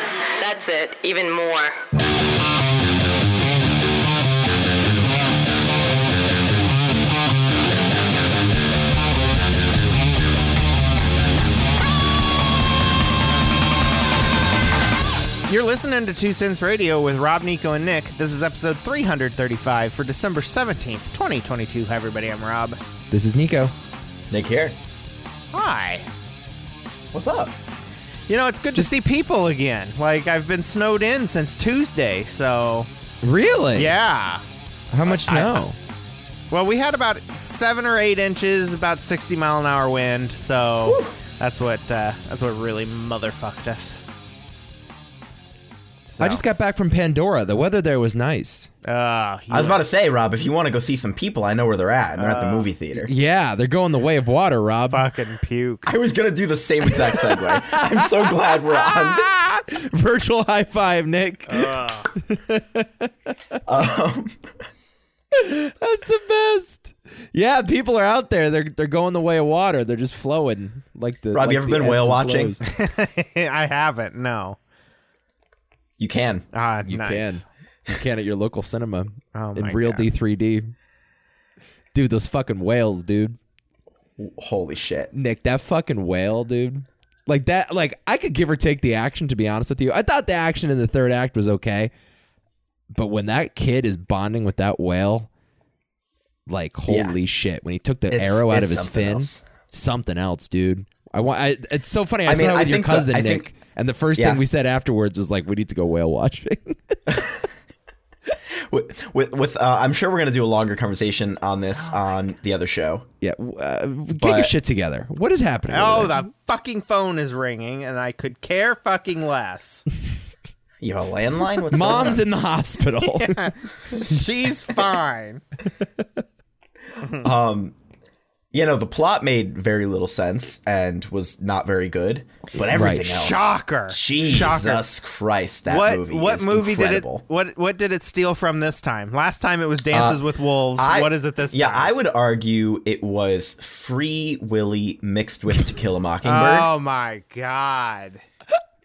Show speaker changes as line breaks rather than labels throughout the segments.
enhance it even more.
You're listening to Two Cents Radio with Rob, Nico, and Nick. This is episode 335 for December 17th, 2022. Hi, everybody. I'm Rob.
This is Nico.
Nick here.
Hi.
What's up?
You know, it's good to see people again. Like, I've been snowed in since Tuesday, so
Really?
yeah.
How much snow?
Well, we had about seven or eight inches, about 60 mile an hour wind, so that's what uh, that's what really motherfucked us.
I just got back from Pandora. The weather there was nice.
Uh,
I was about to say, Rob, if you want to go see some people, I know where they're at, and they're at
Uh,
the movie theater.
Yeah, they're going the way of water, Rob.
fucking puke.
I was gonna do the same exact segue. I'm so glad we're on.
Virtual high five, Nick.
Um.
That's the best. Yeah, people are out there. They're they're going the way of water. They're just flowing like the.
Rob,
like
you ever
the
been
ebbs
whale
and
watching?
flows.
I haven't, no.
You can.
Ah,
You
nice.
can, you can at your local cinema
Oh
in
my
real
God.
D three D. Dude, those fucking whales, dude.
Holy shit.
Nick, that fucking whale, dude. Like that, like I could give or take the action. To be honest with you, I thought the action in the third act was okay, but when that kid is bonding with that whale, like holy shit! When he took the
It's-
arrow out
it's
of his
something
fin,
else.
something else, dude. I want. I, it's so funny. I,
I
saw
mean,
that
I
with your
think the-
cousin
I
Nick,
think-
and the first
Yeah.
thing we said afterwards was like, "We need to go whale watching."
With, with, with uh, I'm sure we're gonna do a longer conversation on this
Oh
on the other show.
yeah, uh, get your
But-
shit together. What is happening?
Oh,
over there?
the fucking phone is ringing, and I could care fucking less.
You have a landline? What's
mom's
going
in the hospital.
She's fine.
on? You know, the plot made very little sense and was not very good, but everything
Right.
else.
Shocker.
Jesus
Shocker.
Christ, that
What
movie.
what
is
movie
incredible. Uh,
did it what what did it steal from this time? Last time it was Dances with Wolves.
I-
what is it this
yeah, I
time?
would argue it was Free Willy mixed with To Kill a Mockingbird.
Oh my god.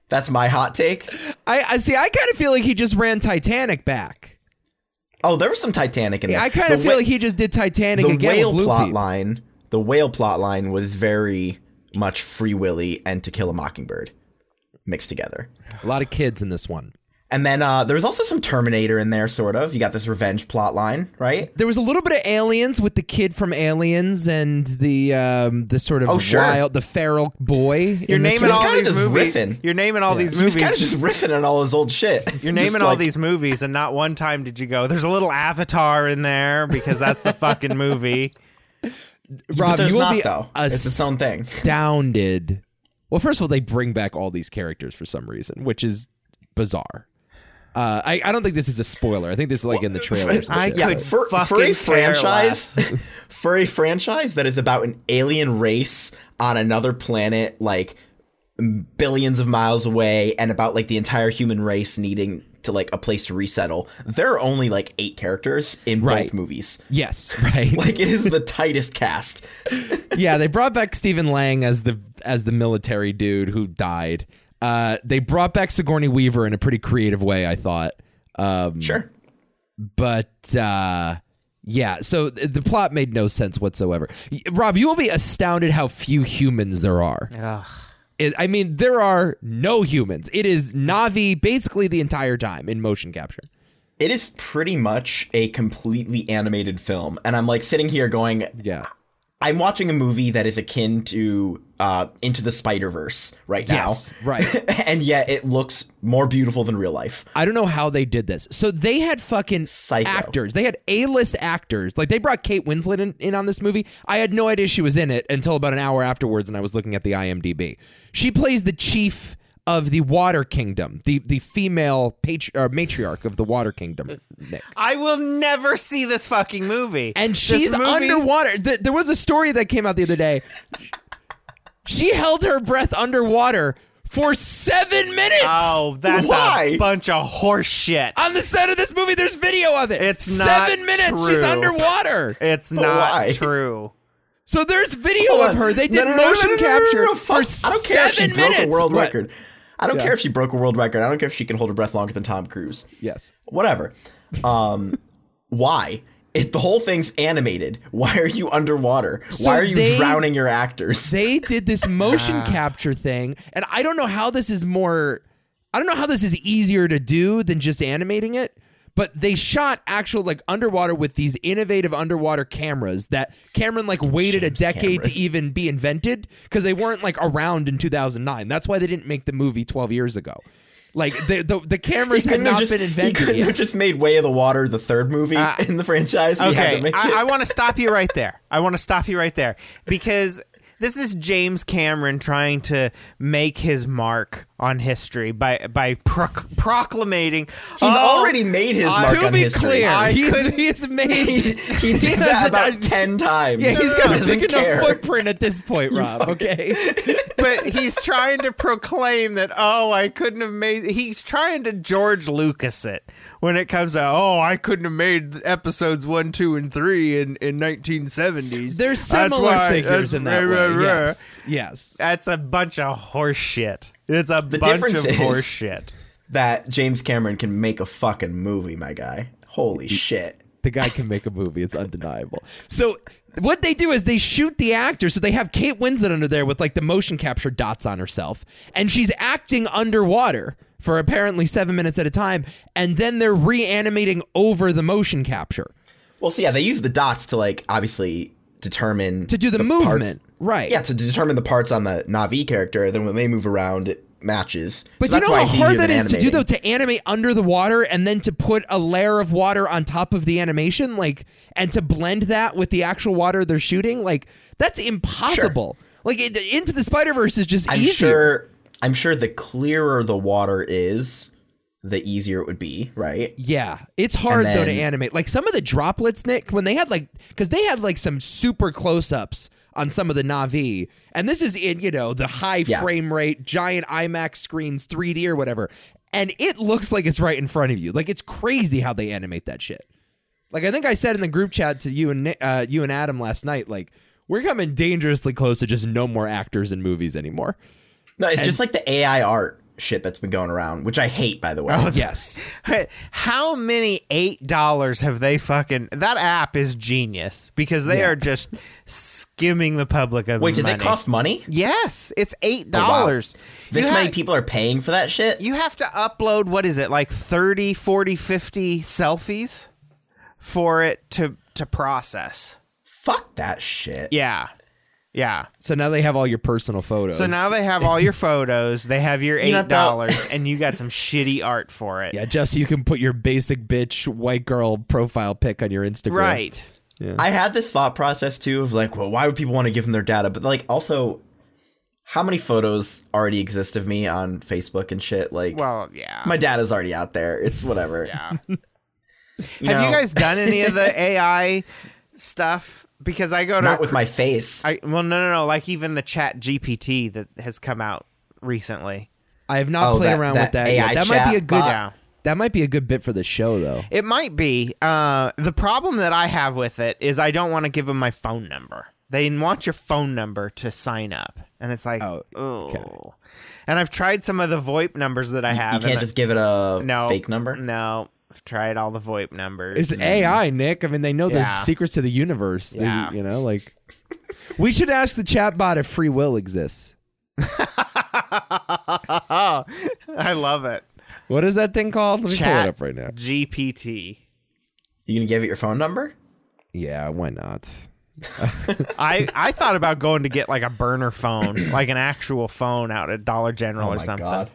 That's my hot take.
I, I see. I kind of feel like he just ran Titanic back.
Oh, there was some Titanic in there.
I kind of
The
feel
wha-
like he just did Titanic
the
again.
whale
with Blue
plot
Peep.
line. The whale plot line was very much Free Willy and To Kill a Mockingbird mixed together.
A lot of kids in this one.
And then uh, there was also some Terminator in there, sort of. You got this revenge plot line, right?
There was a little bit of Aliens with the kid from Aliens and the um, the sort of
Oh, sure.
wild, the feral boy.
You're naming
was
all
kinda
these
just
movies.
riffing.
You're naming all these
He was
movies.
kind of just riffing on all his old shit.
You're naming all these movies and not one time did you go, there's a little avatar in there because that's the fucking movie.
Rob,
there's
you will
not,
be
though. It's its own thing.
astounded. Well, first of all, they bring back all these characters for some reason, which is bizarre. Uh, I, I don't think this is a spoiler. I think this is like in the trailers.
I
Yeah.
Yeah,
could
for,
fucking
for a
care
franchise, for a franchise that is about an alien race on another planet, like m- billions of miles away, and about like the entire human race needing to like a place to resettle. There are only like eight characters in
Right.
both movies.
Yes, right.
Like it is the tightest cast.
yeah, they brought back Stephen Lang as the as the military dude who died. Uh, they brought back Sigourney Weaver in a pretty creative way, I thought. Um,
Sure.
but uh, yeah, so th- the plot made no sense whatsoever. Y- Rob, you will be astounded how few humans there are. It, I mean, there are no humans. It is Navi basically the entire time in motion capture.
It is pretty much a completely animated film. And I'm like sitting here going,
Yeah.
I'm watching a movie that is akin to uh, Into the Spider Verse right
Yes,
now,
right.
and yet it looks more beautiful than real life.
I don't know how they did this. So they had fucking
Psycho.
actors. They had A-list actors. Like they brought Kate Winslet in, in on this movie. I had no idea she was in it until about an hour afterwards, and I was looking at the IMDb. She plays the chief of the Water Kingdom, the the female patri- or matriarch of the Water Kingdom. Nick.
I will never see this fucking movie.
And
This
she's
movie-
underwater. Th- there was a story that came out the other day. she held her breath underwater for seven minutes.
Oh, that's a
Why?
bunch of horse shit.
On the set of this movie, there's video of it.
It's not
seven minutes. She's
true.
underwater.
It's not
why?
true.
So there's video
Hold
of
on.
her. They did
No, no, no, no,
motion
no, no, no, no,
capture
no, fuck.
for
I don't care if she
seven
broke
minutes.
a world
What?
record. I don't care if she broke a world record. I don't care if she can hold her breath longer than Tom Cruise.
Yes.
Whatever. Um, why? If the whole thing's animated, why are you underwater? why are you
they-
drowning your actors?
They did this motion capture thing, and I don't know how this is more. I don't know how this is easier to do than just animating it. But they shot actual like underwater with these innovative underwater cameras that Cameron like waited
James
a decade
Cameron.
to even be invented because they weren't like around in 2009. That's why they didn't make the movie 12 years ago. Like the the, the cameras had
couldn't have
not
just-
been
He
invented.
couldn't
Yet.
have just made Way of the Water the third movie
Uh,
in the franchise. He had to
Okay,
make it.
I, I want to stop you right there. I want to stop you right there because this is James Cameron trying to make his mark on history by by proc- proclamating. Oh,
He's already made his mark
Oh, uh, to
on
be
history.
clear,
I
he's,
couldn't-
he's
he,
made
he did that
hasn't-
about
I-
ten times.
yeah he's got a
Doesn't
big
care.
enough footprint at this point, Rob. Okay.
but he's trying to proclaim that oh i couldn't have made he's trying to george lucas it when it comes to oh i couldn't have made episodes one two and three in in 1970s
There's
That's
similar
why-
figures
that's-
in that
rah, rah,
way.
rah."
Yes. Yes.
that's a bunch of horse shit it's a bunch
difference
of
is-
horse shit
that James Cameron can make a fucking movie, my guy. Holy shit.
The guy can make a movie. It's undeniable. So what they do is they shoot the actor. So they have Kate Winslet under there with like the motion capture dots on herself, and she's acting underwater for apparently seven minutes at a time, and then they're reanimating over the motion capture
Well, so yeah, they use the dots to like obviously determine
to do the,
parts-
movement. Right.
Yeah, to determine the parts on the Navi character. Then when they move around, it matches.
But
So
you
that's
know
why
how
it's
hard
easier
that
than
is to do
animating.
though to animate under the water and then to put a layer of water on top of the animation like and to blend that with the actual water they're shooting like that's impossible. Like it, into the Spider-Verse is just
I'm
easier.
sure. I'm sure the clearer the water is, the easier it would be, right?
Yeah, it's hard though to
then-
animate. Like some of the droplets, Nick, when they had like, because they had like some super close-ups on some of the Navi, and this is in you know the high
Yeah.
frame rate, giant IMAX screens, 3D or whatever, and it looks like it's right in front of you. Like it's crazy how they animate that shit. Like I think I said in the group chat to you and Ni- uh, you and Adam last night, like we're coming dangerously close to just no more actors in movies anymore.
No, it's just like the AI art shit that's been going around, which I hate, by the way.
Oh, Yes.
How many eight dollars have they fucking? That app is genius because they are just skimming the public of
Wait, does
money.
it cost money?
Yes, it's eight
Oh, wow.
dollars.
This
you
many
ha-
people are paying for that shit.
you have to upload what is it like 30, 40, 50 selfies for it to to process.
Fuck that shit.
Yeah. Yeah.
So now they have all your personal photos.
So now they have all your photos, they have your
know,
$8
though-
and you got some shitty art for it.
Yeah, just so you can put your basic bitch white girl profile pic on your Instagram.
Right.
I had this thought process too of like, well, why would people want to give them their data? But like, also, how many photos already exist of me on Facebook and shit? Like,
Well, yeah.
my data's already out there. It's whatever.
yeah.
You
Have you
know,
guys done any of the AI stuff? Because I go to
not with my face?
I well no no no like even the Chat GPT that has come out recently.
I have not
Oh,
played
that-
around
that
with that.
AI
yet. That might be a
chat
good.
bot.
Yeah.
That might be a good bit for the show, though.
It might be. Uh, the problem that I have with it is I don't want to give them my phone number. They want your phone number to sign up, and it's like, oh,
Oh,
and I've tried some of the VoIP numbers that I
You
have.
can't
and I-
just give it a
no Mm.
fake number.
No, I've tried all the VoIP numbers.
It's
Mm.
AI, Nick. I mean, they know
Yeah.
the secrets to the universe. They-
Yeah.
you know, like we should ask the chatbot if free will exists.
Ah, I love it.
What is that thing called? Let me pull
Chat
it up right now.
GPT.
You gonna give it your phone number?
Yeah, why not?
I, I thought about going to get like a burner phone, like an actual phone out at Dollar General
Oh
or something.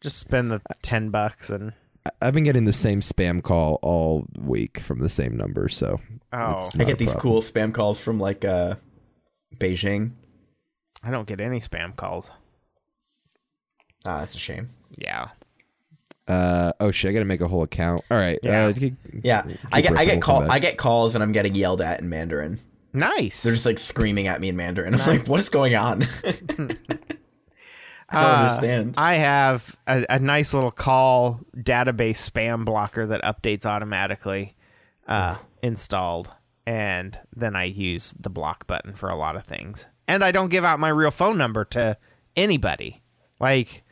Just spend the ten bucks and
I- I've been getting the same spam call all week from the same number, so
Oh.
it's
I
not a
get these
problem.
cool spam calls from like uh, Beijing.
I don't get any spam calls.
Ah, that's a shame.
Yeah.
Uh, oh shit! I gotta make a whole account. All right.
Yeah.
Uh,
Hmm.
keep-
Yeah, I
keep
get I
riffing, we'll come
get call
back.
I get calls and I'm getting yelled at in Mandarin.
Nice.
They're just like screaming at me in Mandarin. I'm like, what is going on? I don't understand.
Uh, I have a, a nice little call database spam blocker that updates automatically uh, installed. And then I use the block button for a lot of things. And I don't give out my real phone number to anybody. Like,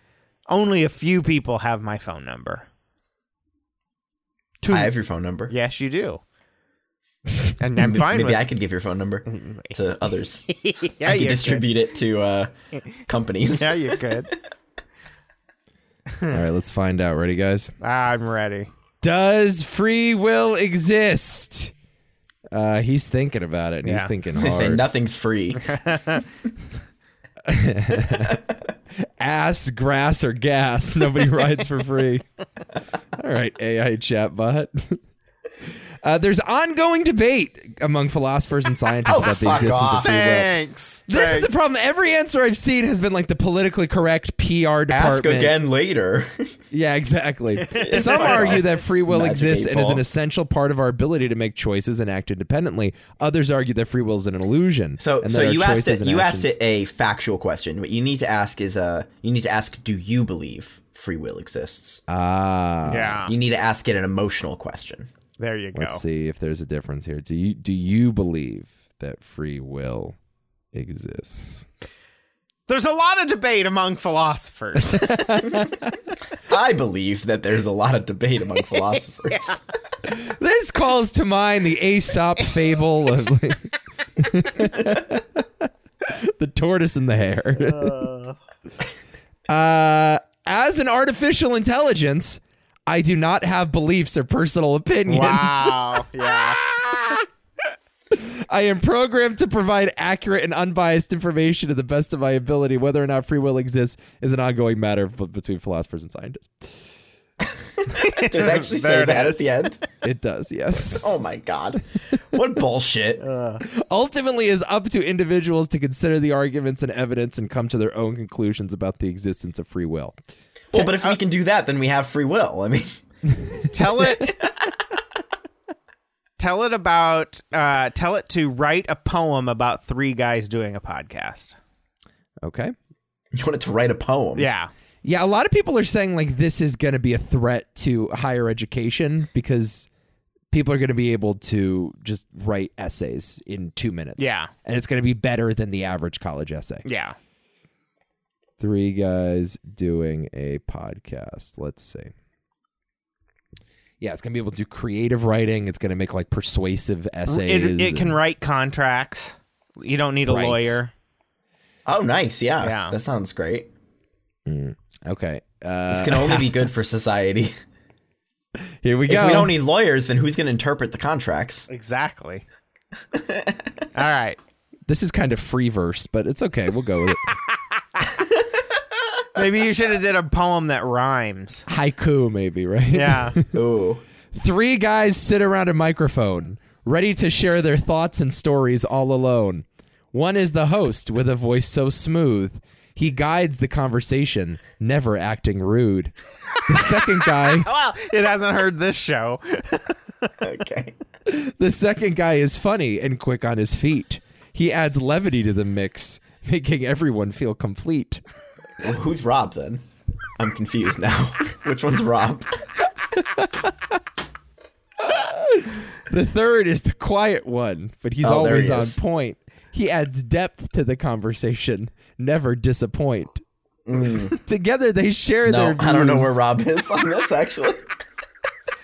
Only a few people have my phone number. Two.
I have your phone number.
yes, you do. And I'm
Maybe-
fine
Maybe
with Mm,
I could give your phone number to others.
yeah,
I could
you
distribute it to uh, companies.
Could. Yeah, you could.
All right, let's find out. Ready, guys?
I'm ready.
Does free will exist? Uh, he's thinking about it, and he's
Yeah.
thinking
They say
hard.
nothing's free.
Ass, grass, or gas. Nobody rides for free. All right, AI chatbot. Uh, there's ongoing debate among philosophers and scientists about the
Oh, fuck
existence of
off.
free will.
Thanks.
This is the problem. Every answer I've seen has been like the politically correct PR department.
Ask again later.
Yeah, exactly. Some
Fuck
argue
off.
that free will
Magic
exists
eight
and is an
ball.
essential part of our ability to make choices and act independently. Others argue that free will is an illusion.
So,
and
so
that our
you asked
choices
it,
and
you
actions-
asked it a factual question. What you need to ask is, uh, you need to ask, do you believe free will exists?
Uh.
Uh,
Ah,
yeah.
you need to ask it an emotional question.
There you go.
let's see if there's a difference here. Do you do you believe that free will exists?
There's a lot of debate among philosophers.
I believe that there's a lot of debate among philosophers.
This calls to mind the Aesop fable of like, the tortoise and the hare. Uh, as an artificial intelligence, I do not have beliefs or personal opinions.
wow. Yeah.
I am programmed to provide accurate and unbiased information to the best of my ability. Whether or not free will exists is an ongoing matter b- between philosophers and scientists.
Did it actually
There
say
it
that
is.
at the end?
It does, yes.
Oh my god. What bullshit.
Uh,
ultimately is up to individuals to consider the arguments and evidence and come to their own conclusions about the existence of free will.
well, but if
uh,
we can do that, then we have free will. I mean,
tell it tell it about uh tell it to write a poem about three guys doing a podcast
Okay.
you wanted to write a poem.
yeah
Yeah, a lot of people are saying like this is going to be a threat to higher education because people are going to be able to just write essays in 2 minutes.
Yeah.
And it's going to be better than the average college essay.
yeah
Three guys doing a podcast. Let's see. Yeah, it's going to be able to do creative writing. It's going to make like persuasive essays.
it, it
and-
can write contracts you don't need a
Right.
lawyer
Oh, nice. Yeah.
Yeah.
That sounds great.
Okay. Uh,
This can only be good for society.
Here we
If
go.
we don't need lawyers, then who's going to interpret the contracts?
exactly all right
this is kind of free verse, but it's okay. We'll go with it.
maybe you should have did a poem that rhymes
Haiku, maybe, right?
yeah
Ooh.
Three guys sit around a microphone, ready to share their thoughts and stories all alone. One is the host with a voice so smooth, he guides the conversation, never acting rude. The second guy,
well it hasn't heard this show
Okay.
the second guy is funny and quick on his feet. He adds levity to the mix, making everyone feel complete.
Well, who's Rob then? I'm confused now. Which one's Rob?
The third is the quiet one, but he's
Oh, there
always
he
on
is.
point. He adds depth to the conversation, never disappoint. Together they share
Mm. No,
their views.
I don't know where Rob is on this actually.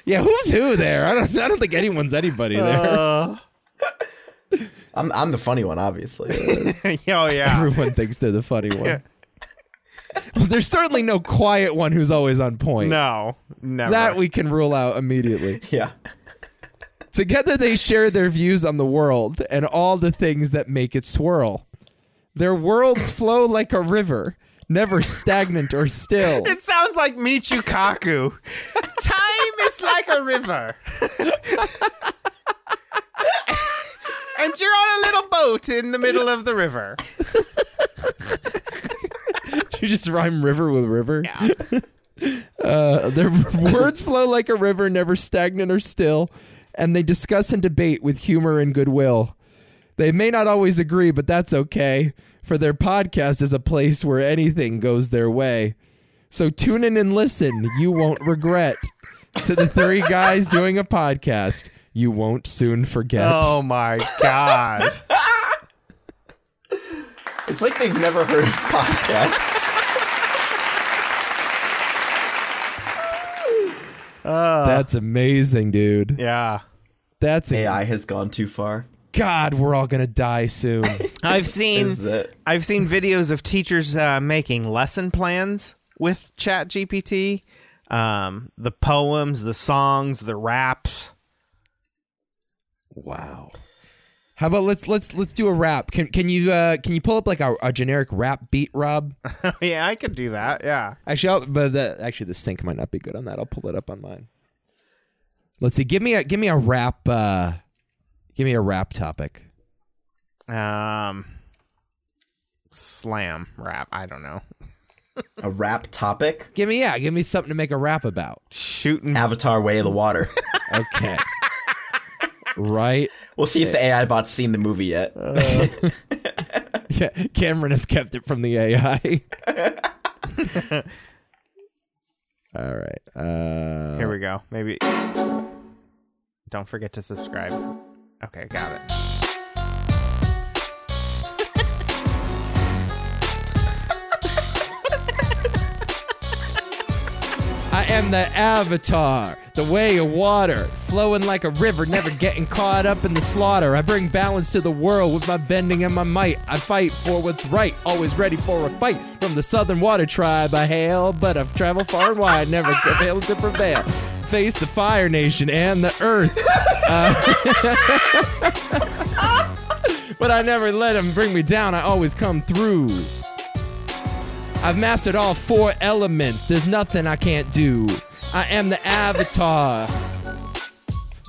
Yeah, who's who there? I don't I don't think anyone's anybody
Uh.
there.
I'm I'm the funny one, obviously.
oh yeah
Everyone thinks they're the funny one. Well, There's certainly no quiet one who's always on point.
no never
That we can rule out immediately.
yeah.
Together they share their views on the world and all the things that make it swirl. Their worlds flow like a river, never stagnant or still.
It sounds like Michu Kaku. Time is like a river. and you're on a little boat in the middle of the river.
you just rhyme river with river.
Yeah.
Uh, their words flow like a river, never stagnant or still, and they discuss and debate with humor and goodwill. They may not always agree, but that's okay, for their podcast is a place where anything goes their way. So tune in and listen. You won't regret. To the three guys doing a podcast, you won't soon forget.
Oh my god.
It's like they've never heard podcasts.
That's amazing, dude.
Yeah.
That's a-
AI has gone too far.
God, we're all gonna die soon.
I've seen
Is it?
I've seen videos of teachers uh, making lesson plans with Chat GPT. Um, the poems, the songs, the raps.
Wow.
How about let's let's let's do a rap. Can can you uh can you pull up like a, a generic rap beat, Rob?
Oh, yeah, I could do that. Yeah.
Actually, I'll, but the, actually the sync might not be good on that. I'll pull it up on mine. Let's see. Give me a give me a rap. Uh, give me a rap topic.
Um, slam rap. I don't know.
A rap topic?
Give me yeah. Give me something to make a rap about.
Shooting.
Avatar Way of the Water.
Okay. right.
We'll see if the AI bot's seen the movie yet.
Yeah. Cameron has kept it from the AI. All right. Uh,
Here we go. Maybe. Don't forget to subscribe. Okay, got it.
I am the avatar, the way of water, flowing like a river, never getting caught up in the slaughter. I bring balance to the world with my bending and my might. I fight for what's right, always ready for a fight. From the southern water tribe I hail, but I've traveled far and wide, never failed to prevail. Face the Fire Nation and the Earth. Uh, but I never let them bring me down, I always come through. I've mastered all four elements. There's nothing I can't do. I am the avatar.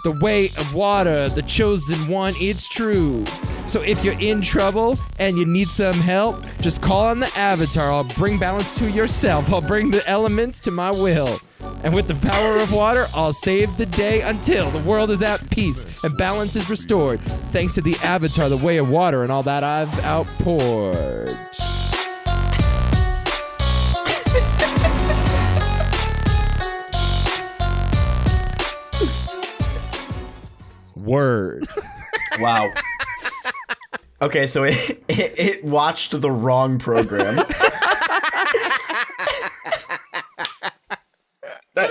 The way of water, the chosen one, it's true. So if you're in trouble and you need some help, just call on the avatar. I'll bring balance to yourself. I'll bring the elements to my will. And with the power of water, I'll save the day until the world is at peace and balance is restored. Thanks to the avatar, the way of water, and all that I've outpoured. Word.
Wow. Okay, so it, it it watched the wrong program. that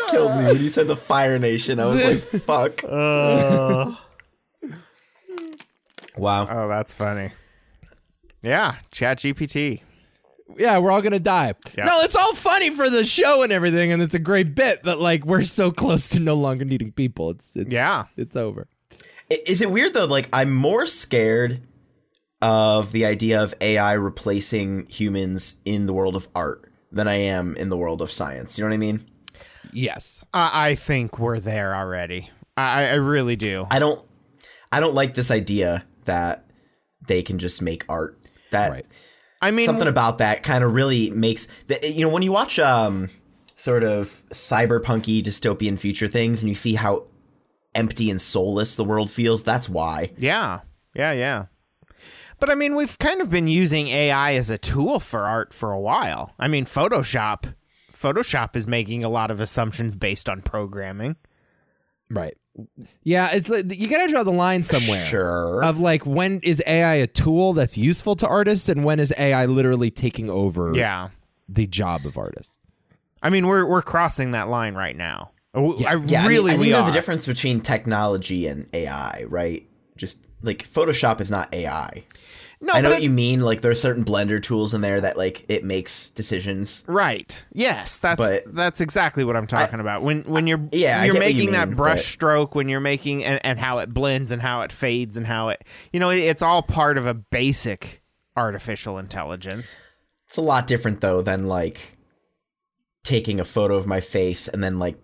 killed me when you said the Fire Nation. I was like, fuck. wow.
Oh, that's funny. Yeah, Chat GPT.
yeah, we're all gonna die.
Yeah.
No, it's all funny for the show and everything, and it's a great bit. But like, we're so close to no longer needing people. It's, it's
Yeah.
it's over.
I- Is it weird though? Like, I'm more scared of the idea of AI replacing humans in the world of art than I am in the world of science. You know what I mean?
Yes,
I, I think we're there already. I, I really do.
I don't I don't like this idea that they can just make art. That
Right.
I mean,
something about that kind of really makes the, you know when you watch um sort of cyberpunky dystopian future things and you see how empty and soulless the world feels that's why
yeah, yeah, yeah. But I mean, we've kind of been using AI as a tool for art for a while. I mean, Photoshop. Photoshop is making a lot of assumptions based on programming.
right. Yeah, it's like, you gotta draw the line somewhere.
sure
Of like, when is AI a tool that's useful to artists, and when is AI literally taking over
Yeah.
the job of artists?
I mean, we're we're crossing that line right now. W- I
yeah I mean-
really
I,
we
think there's
are.
a difference between technology and ai right just like photoshop is not ai
no,
i know
but
what
it-
you mean like there's certain blender tools in there that like it makes decisions
Right. Yes, that's
But-
that's exactly what I'm talking about. When when you're
Yeah, I
you're
get what you
making that
mean,
brush
but-
stroke, when you're making and, and how it blends and how it fades and how it you know it's all part of a basic artificial intelligence.
It's a lot different though than like taking a photo of my face and then like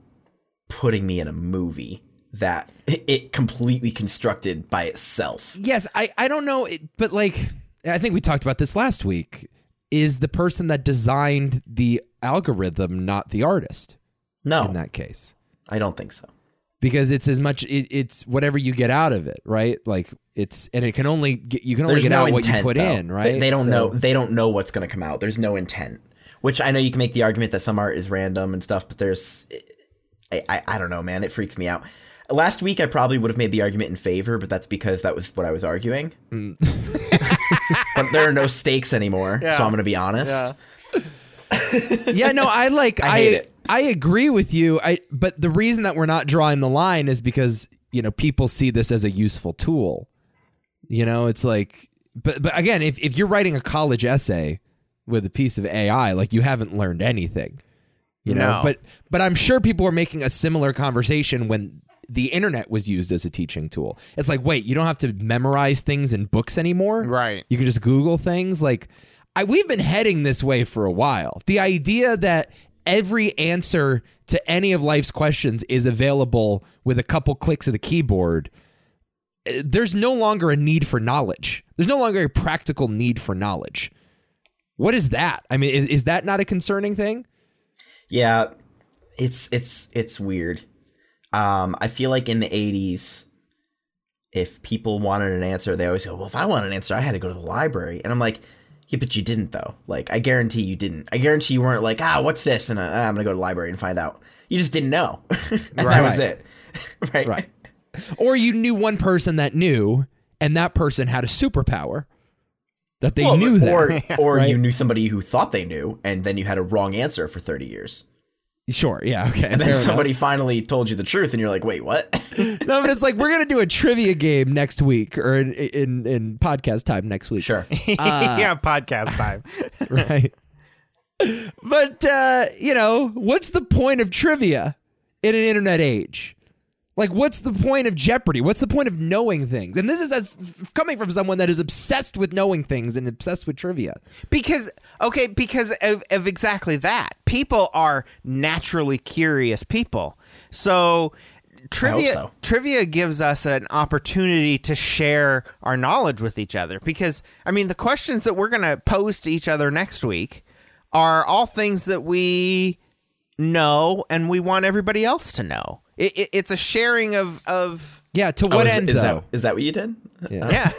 putting me in a movie that it completely constructed by itself.
Yes, I, I don't know, it, but like I think we talked about this last week. Is the person that designed the algorithm not the artist in
No,
that case?
I don't think so.
because it's as much it, it's whatever you get out of it, right? Like it's and it can only get, you can only
There's
get
no
out what
intent
you put
though.
in, right?
They, they don't
So-
know. They don't know what's going to come out. There's no intent. Which I know you can make the argument that some art is random and stuff, but there's, I, I, I don't know, man. It freaks me out. Last week I probably would have made the argument in favor, but that's because that was what I was arguing. but there are no stakes anymore, so I'm going to be honest.
Yeah, no, I like I,
hate it.
I agree with you. I but the reason that we're not drawing the line is because you know people see this as a useful tool. You know, it's like, but but again, if if you're writing a college essay with a piece of AI, like you haven't learned anything. You know,
No.
but but I'm sure people are making a similar conversation when the internet was used as a teaching tool. It's like, wait, you don't have to memorize things in books anymore.
Right.
You can just Google things. Like, I we've been heading this way for a while. The idea that every answer to any of life's questions is available with a couple clicks of the keyboard. eh, There's no longer a need for knowledge. There's no longer a practical need for knowledge. What is that? I mean, is, is that not a concerning thing?
Yeah, it's it's it's weird. Um, I feel like in the '80s, if people wanted an answer, they always go, "Well, if I want an answer, I had to go to the library." And I'm like, "Yeah, but you didn't though. Like, I guarantee you didn't. I guarantee you weren't like, ah, what's this? And uh, ah, I'm gonna go to the library and find out. You just didn't know. and That was it. right.
Right. Or you knew one person that knew, and that person had a superpower that they
Well,
knew that.
or or
right?
you knew somebody who thought they knew, and then you had a wrong answer for 30 years.
Sure. Yeah. Okay.
And then
fair enough.
somebody finally told you the truth, and you're like, "Wait, what?"
No, but it's like we're gonna do a trivia game next week or in in, in podcast time next week.
sure. Uh,
yeah, podcast time.
Right. but uh, you know, what's the point of trivia in an internet age? Like, what's the point of Jeopardy? What's the point of knowing things? And this is as coming from someone that is obsessed with knowing things and obsessed with trivia.
Because okay, because of, of exactly that. People are naturally curious people. So trivia
so.
trivia gives us an opportunity to share our knowledge with each other because I mean the questions that we're going to pose to each other next week are all things that we know and we want everybody else to know. It, it, it's a sharing of of
Yeah. To
Oh,
what
is,
end,
is that
though?
is that what you did?
yeah.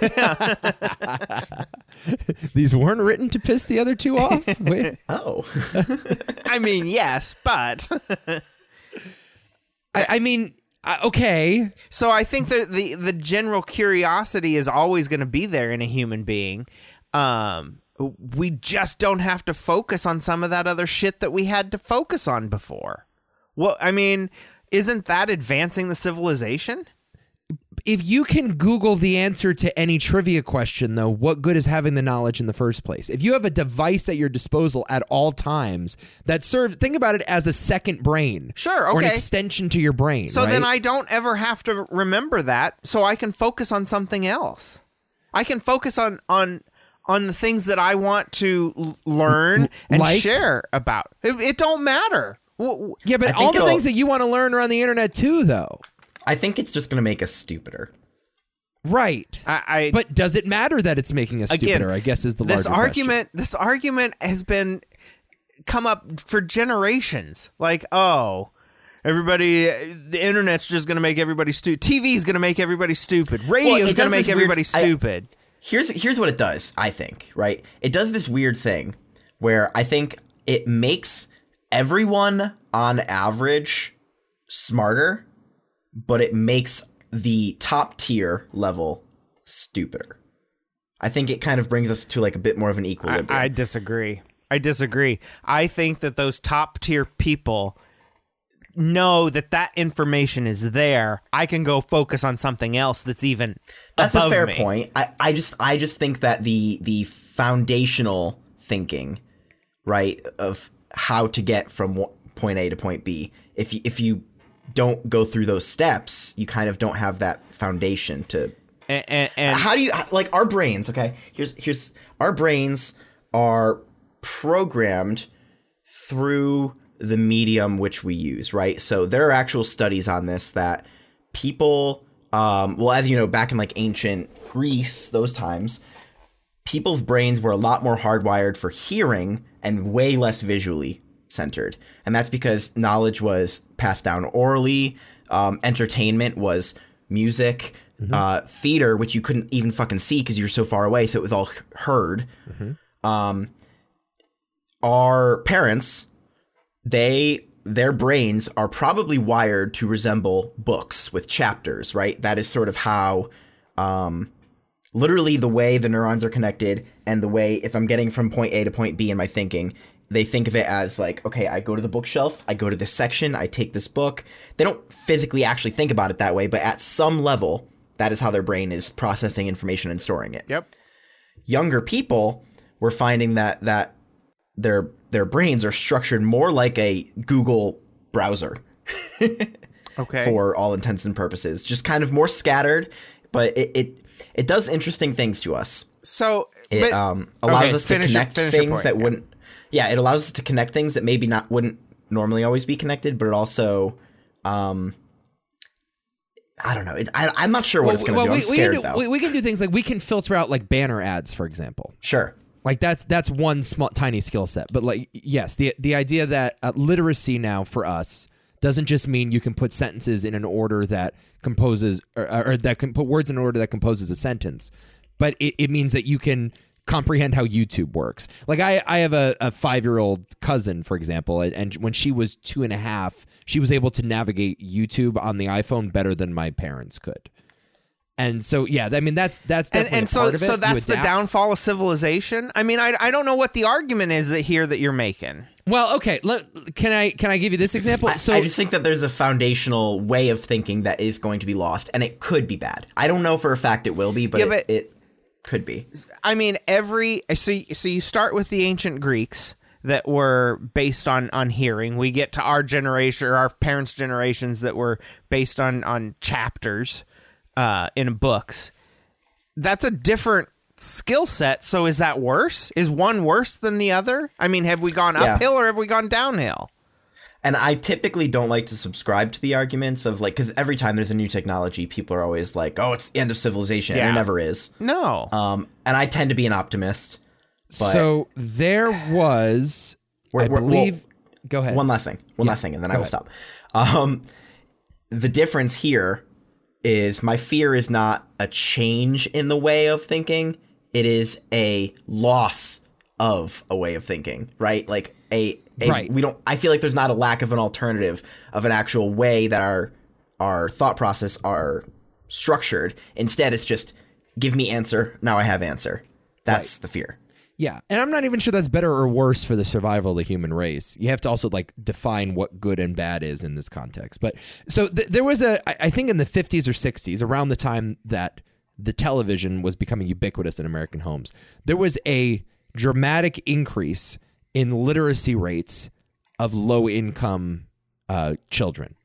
These weren't written to piss the other two off. Wait.
Oh,
I mean, yes, but
I, I mean, I, okay.
So I think that the the general curiosity is always going to be there in a human being. Um, we just don't have to focus on some of that other shit that we had to focus on before. Well, I mean, isn't that advancing the civilization?
if you can Google the answer to any trivia question, though, what good is having the knowledge in the first place? If you have a device at your disposal at all times that serves, think about it as a second brain.
Sure,
Or an
okay.
extension to your brain.
So then
right?
I don't ever have to remember that, so I can focus on something else. I can focus on on on the things that I want to l- learn and
like?
share about. It, it don't matter. W- w-
Yeah, but
I
all
think
the
it'll-
things that you want to learn are on the internet too, though.
I think it's just gonna make us stupider.
Right.
I, I
but does it matter that it's making us
Again,
stupider? I guess is the
this
larger
argument this argument has been come up for generations like oh everybody the internet's just going to make everybody stupid tv's going to make everybody stupid radio's going
it does
to make
this weird-
everybody
I-
stupid
Here's here's what it does. I think right. It does this weird thing where I think it makes everyone on average smarter, but it makes the top tier level stupider. I think it kind of brings us to like a bit more of an equilibrium.
disagree i disagree i think that those top tier people know that that information is there i can go focus on something else that's even
That's a
above
fair
me.
point. I, I just I just think that the the foundational thinking, right, of how to get from wa- point A to point B. If you, if you don't go through those steps, you kind of don't have that foundation to
and, and, and
how do you like our brains okay here's here's our brains are programmed through the medium which we use right so there are actual studies on this that people um, well as you know back in like ancient greece those times people's brains were a lot more hardwired for hearing and way less visually centered. And that's because knowledge was passed down orally, um, entertainment was music, uh, theater, which you couldn't even fucking see because you were so far away, so it was all h- heard. Um, our parents, they their brains are probably wired to resemble books with chapters, right? That is sort of how um, literally the way the neurons are connected and the way if I'm getting from point A to point B in my thinking, they think of it as like, okay, I go to the bookshelf, I go to this section, I take this book. They don't physically actually think about it that way, but at some level, that is how their brain is processing information and storing it.
Yep.
Younger people were finding that that their their brains are structured more like a Google browser
Okay.
for all intents and purposes, just kind of more scattered, but it it, it does interesting things to us.
So,
It
but,
um, allows
okay,
us to
finish your-
connect
finish your
things
point,
that
yeah.
wouldn't. Yeah, it allows us to connect things that maybe not wouldn't normally always be connected, but it also, um, I don't know. It, I, I'm not sure what it's going to do. I'm
we, we can
scared
do,
though.
we- we can do things like we can filter out like banner ads, for example.
sure.
Like that's that's one small tiny skill set. But like yes, the the idea that uh, literacy now for us doesn't just mean you can put sentences in an order that composes or, or that can put words in an order that composes a sentence, but it, it means that you can comprehend how YouTube works. Like I I have a, a five year old cousin for example, and, and when she was two and a half, she was able to navigate YouTube on the iPhone better than my parents could. And so yeah, I mean that's that's
and,
definitely
and
a
so,
part of it.
so
You
that's the
adapt.
downfall of civilization. I mean, I, I don't know what the argument is that here that you're making.
Well, okay. Let, can I can I give you this example? so
I just think that there's a foundational way of thinking that is going to be lost, and it could be bad. I don't know for a fact it will be, but,
Yeah,
it-
but-
it could be.
I mean, every so y- so you start with the ancient Greeks that were based on on hearing. We get to our generation or our parents' generations that were based on on chapters uh, in books. That's a different skill set. So is that worse? Is one worse than the other? I mean, have we gone
Yeah.
uphill or have we gone downhill?
And I typically don't like to subscribe to the arguments of like, because every time there's a new technology, people are always like, oh, it's the end of civilization. And
Yeah.
it never is.
No.
Um, and I tend to be an optimist. But
so there was, I
We're- we're- well,
believe. go ahead.
one last thing, one last thing, and then I will stop. Um, the difference here is my fear is not a change in the way of thinking, it is a loss of a way of thinking, right? Like, a, a
Right.
we don't, I feel like there's not a lack of an alternative of an actual way that our, our thought process are structured. Instead, it's just give me answer, now I have answer. That's the fear.
yeah, and I'm not even sure that's better or worse for the survival of the human race. You have to also like define what good and bad is in this context. But so th- there was a, I I think in the 50s or 60s, around the time that the television was becoming ubiquitous in American homes, there was a dramatic increase in literacy rates of low income uh, children.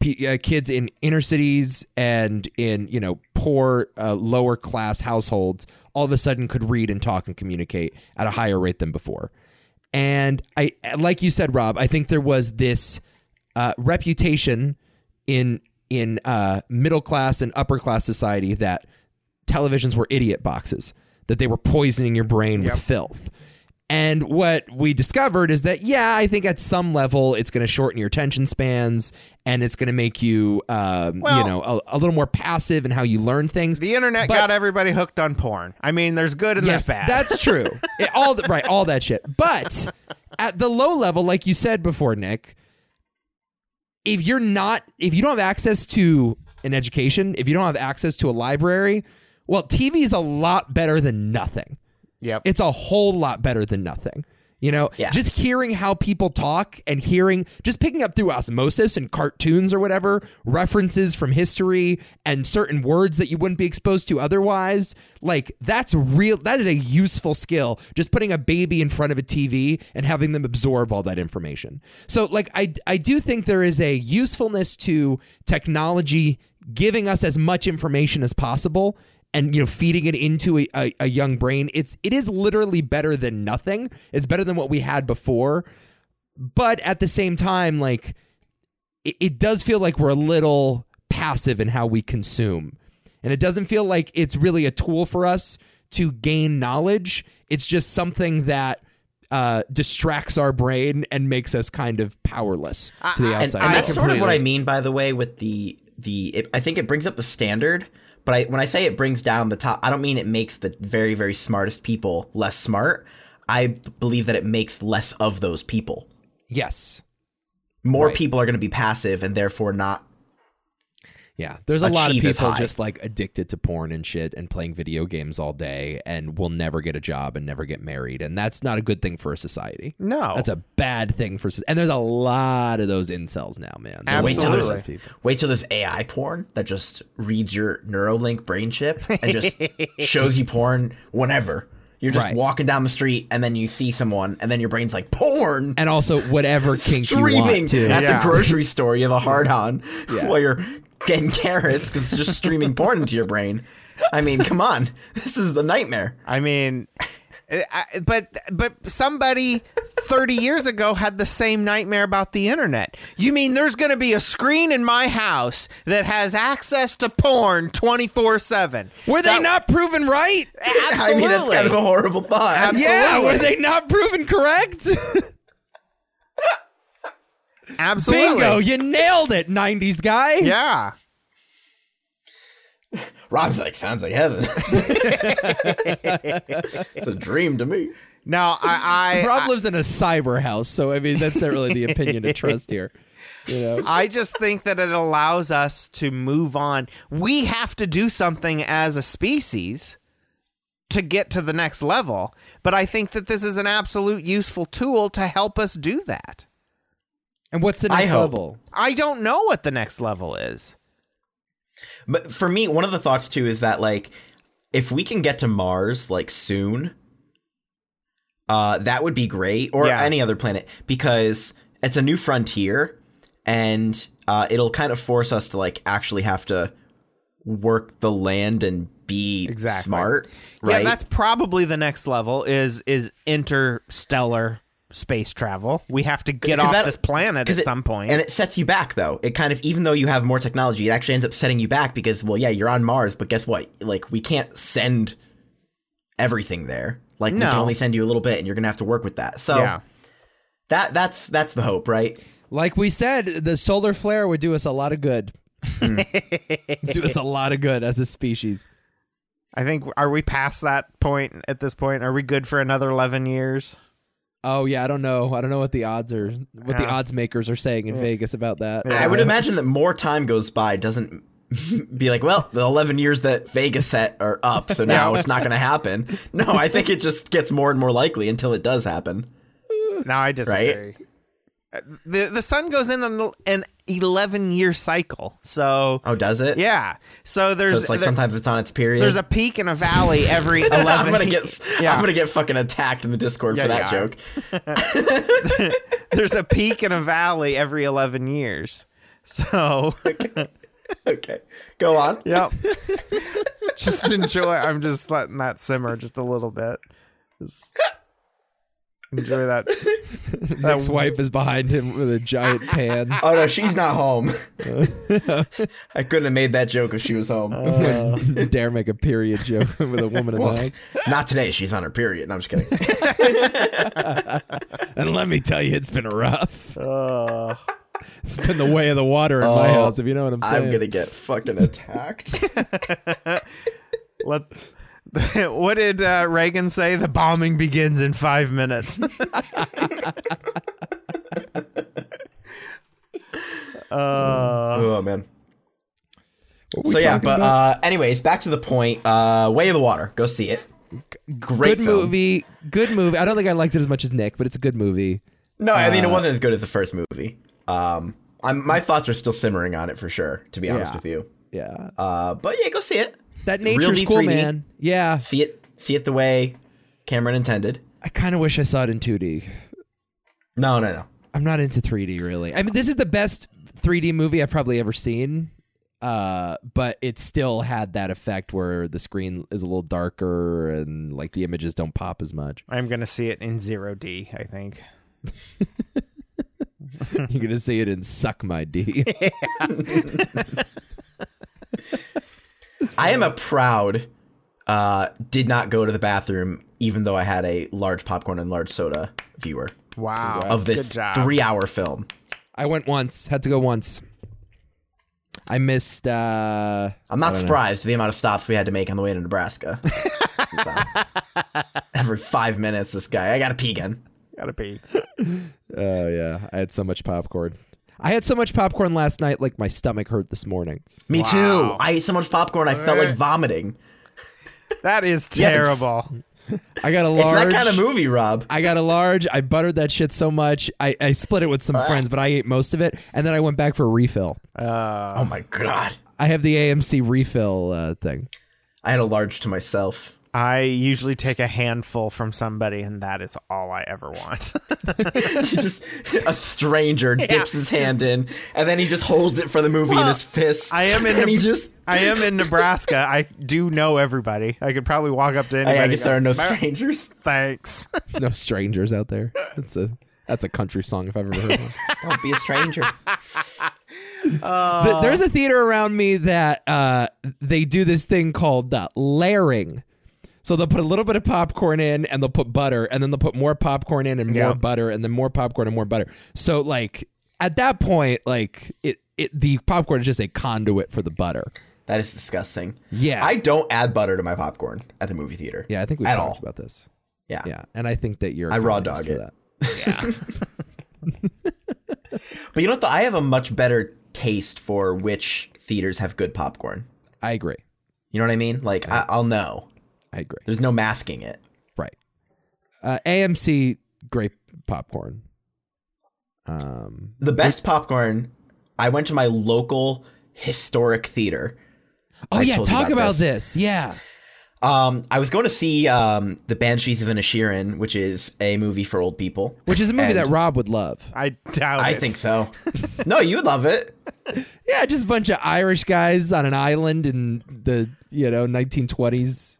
pe- uh, kids in inner cities and in you know poor uh, lower class households all of a sudden could read and talk and communicate at a higher rate than before and i like you said rob i think there was this uh, reputation in in uh, middle class and upper class society that televisions were idiot boxes that they were poisoning your brain with filth and what we discovered is that yeah i think at some level it's going to shorten your attention spans and it's going to make you um, you
Well-
know a, a little more passive in how you learn things
the internet
but-
got everybody hooked on porn. I mean, there's good and there's bad.
that's true. It- all the, right, all that shit. But at the low level, like you said before, Nick, if you're not, if you don't have access to an education, if you don't have access to a library, well, TV is a lot better than nothing.
yep.
It's a whole lot better than nothing. You know,
Yeah.
just hearing how people talk and hearing, just picking up through osmosis and cartoons or whatever, references from history and certain words that you wouldn't be exposed to otherwise. Like, that's real, that is a useful skill. Just putting a baby in front of a TV and having them absorb all that information. So, like, I, I do think there is a usefulness to technology giving us as much information as possible and you know feeding it into a, a, a young brain it's it is literally better than nothing it's better than what we had before but at the same time like it, it does feel like we're a little passive in how we consume and it doesn't feel like it's really a tool for us to gain knowledge it's just something that uh, distracts our brain and makes us kind of powerless to the
and,
outside
and
I
that's sort of what I
completely-
mean, by the way, with the the. It, I think it brings up the standard, but I when I say it brings down the top, I don't mean it makes the very very smartest people less smart. I b- believe that it makes less of those people.
yes
More
Right.
people are going to be passive and therefore not
Yeah, there's a lot of
achieve as
people
high.
just like addicted to porn and shit and playing video games all day and will never get a job and never get married and that's not a good thing for a society.
No.
That's a bad thing for soc- and there's a lot of those incels now, man. There's a
Wait
lot
till,
of
there's,
those
Absolutely.
people.
wait till there's AI porn that just reads your Neuralink brain chip and just shows you porn whenever. You're just
Right.
walking down the street and then you see someone and then your brain's like, porn!
And also whatever kink you
streaming
want to.
at
Yeah.
the grocery store. You have a hard on while you're getting carrots because it's just streaming porn into your brain. I mean, come on. This is the nightmare.
I mean, I, I- but but somebody 30 years ago had the same nightmare about the internet. You mean there's going to be a screen in my house that has access to porn 24/7?
Were they
That-
not proven right?
I mean, that's kind of a horrible thought.
Absolutely.
Yeah, were they not proven correct?
Absolutely.
Bingo, you nailed it, 90s guy.
Yeah.
Rob's like, sounds like heaven. it's a dream to me.
Now I I,
Rob lives in a cyber house, so I mean that's not really the opinion to trust here. You know,
I just think that it allows us to move on. We have to do something as a species to get to the next level, but I think that this is an absolute useful tool to help us do that.
and what's the
I
next
hope.
level?
I don't know what the next level is.
But for me, one of the thoughts too is that like if we can get to Mars like soon, uh, that would be great, or
Yeah.
any other planet because it's a new frontier, and uh, it'll kind of force us to like actually have to work the land and be
Exactly.
smart, right?
Yeah, that's probably the next level is is interstellar space travel. We have to get
'Cause
off
that-
this planet
'cause
at
it-
some point.
And it sets you back though. It kind of even though you have more technology, it actually ends up setting you back because well, yeah, you're on Mars, but guess what? Like we can't send everything there. Like we can
No.
only send you a little bit and you're going to have to work with that. So
yeah.
that that's that's the hope, right?
Like we said, the solar flare would do us a lot of good. Mm. do us a lot of good as a species.
I think are we past that point at this point? Are we good for another 11 years?
Oh yeah, I don't know. I don't know what the odds are, what the
Yeah.
odds makers are saying in Vegas about that.
I would imagine that more time goes by doesn't be like, well, the 11 years that Vegas set are up, so now it's not going to happen. No, I think it just gets more and more likely until it does happen.
No, I disagree. Uh, The the sun goes in an, an 11 year cycle. So,
Oh, does it?
yeah. So
So
there's
it's like
there-
sometimes it's on its period.
there's a peak and a valley every 11
I'm gonna get
Yeah.
I'm gonna get fucking attacked in the Discord
Yeah,
for
you
that
are.
joke.
There's a peak and a valley every 11 years. So,
Okay, go on.
yep. just enjoy. I'm just letting that simmer just a little bit. Just enjoy that.
Nick's wife is behind him with a giant pan.
Oh no, she's not home. I couldn't have made that joke if she was home.
Uh.
Uh.
Dare make a period joke with a woman in the house.
not today. She's on her period. No, I'm just kidding.
And let me tell you, it's been rough.
Uh,
It's been the way of the water in my house, if you know what Oh, I'm saying.
I'm gonna get fucking attacked.
let, what did uh, Reagan say? The bombing begins in five minutes.
oh man.
Uh. What we
So yeah,
talking
but
about?
uh, anyways, back to the point. Uh, Way of the Water. Go see it. Great
good
film.
movie. Good movie. I don't think I liked it as much as Nick, but it's a good movie.
No, I
Uh.
mean it wasn't as good as the first movie. Um, I'm, my thoughts are still simmering on it for sure. To be honest
Yeah.
with you.
Yeah,
Uh, but yeah, go see it.
that
It's really
nature's cool,
3D.
man. Yeah,
See it. See it the way Cameron intended.
I kind of wish I saw it in 2D.
No, no, no.
I'm not into 3D really. I mean, this is the best 3D movie I've probably ever seen. Uh, but it still had that effect where the screen is a little darker and like the images don't pop as much.
I'm gonna see it in zero D. I think.
Mm-hmm.
You're gonna see it in "Suck My D."
I am a proud uh did not go to the bathroom even though I had a large popcorn and large soda viewer
Wow.
of this
Good job.
3-hour film.
I went once. Had to go once. I missed. uh
I'm not surprised the amount of stops we had to make on the way to Nebraska. So, every 5 minutes this guy, I got to pee again.
Gotta be.
Oh yeah, I had so much popcorn. I had so much popcorn last night, like my stomach hurt this morning.
Me too.
Wow.
I ate so much popcorn, I felt like vomiting.
That is
Yes.
terrible.
I got a
It's
large.
that kind of movie, Rob.
I got a large. I buttered that shit so much. I, I split it with some friends, but I ate most of it, and then I went back for a refill.
oh my god.
I have the AMC refill uh, thing.
I had a large to myself.
I usually take a handful from somebody, and that is all I ever want.
just a stranger dips his hand in, and then he just holds it for the movie in his fist.
I am in.
and
Neb-
he just.
I am in Nebraska. I do know everybody. I could probably walk up to anybody.
I, I guess
and
there
go,
are no strangers.
Thanks.
No strangers out there. That's a that's a country song if I've ever heard one.
Don't be a stranger.
Th- There's a theater around me that uh, they do this thing called uh, layering. So they'll put a little bit of popcorn in and they'll put butter and then they'll put more popcorn in and more
Yeah.
butter and then more popcorn and more butter. So like at that point, like it, it the popcorn is just a conduit for the butter.
That is disgusting.
Yeah.
I don't add butter to my popcorn at the movie theater.
Yeah, I think we've
At
talked
all.
about this.
Yeah.
Yeah. And I think that you're
I raw
communist
dog
for
it.
that.
But you know what? Though? I have a much better taste for which theaters have good popcorn.
I agree.
You know what I mean? Like, I, I'll know.
I agree.
There's no masking it.
Right. Uh, AMC grape popcorn. Um,
The best popcorn, I went to my local historic theater.
oh yeah,
told you
talk
about
about this. Yeah.
Um, I was going to see um, The Banshees of Inishirin, which is a movie for old people.
Which is a movie
And
that Rob would love.
I doubt.
I
it.
think so. no, you would love it.
Yeah, just a bunch of Irish guys on an island in the, you know, 1920s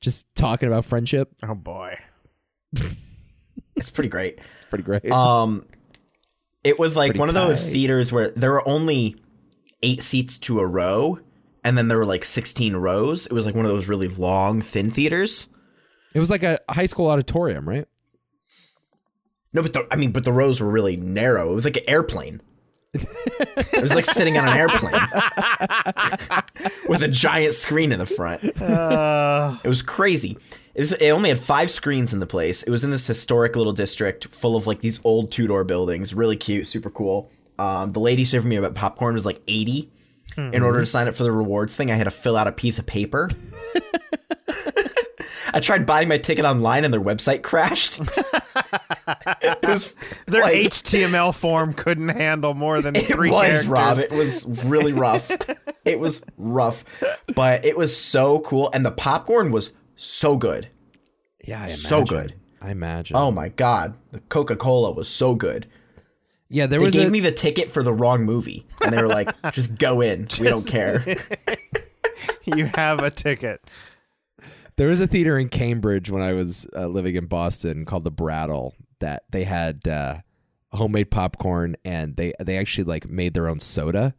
just talking about friendship.
Oh boy.
It's pretty great.
It's pretty great.
Um, it was like
Pretty
one of those
tight.
theaters where there were only eight seats to a row, and then there were like 16 rows. It was like one of those really long, thin theaters.
it was like a high school auditorium, right?
No, but the, I mean, but the rows were really narrow. It was like an airplane. it was like sitting on an airplane with a giant screen in the front. It was crazy. It, was- it only had five screens in the place. It was in this historic little district full of like these old Tudor buildings. Really cute, super cool. Um, the lady serving me about popcorn was like 80.
Hmm.
In order to sign up for the rewards thing, I had to fill out a piece of paper. I tried buying my ticket online and their website crashed. it was
Their
like-
HTML form couldn't handle more than
it
three
was
characters.
Rob. It was really rough. it was rough, but it was so cool, and the popcorn was so good.
Yeah, I
So
imagine.
good.
I imagine.
Oh my god, the Coca Cola was so good.
yeah, there
They
was
gave
a,
me the ticket for the wrong movie, and they were like, "Just go in. we don't care."
you have a ticket.
There was a theater in Cambridge when I was uh, living in Boston called the Brattle that they had uh, homemade popcorn and they they actually like made their own soda.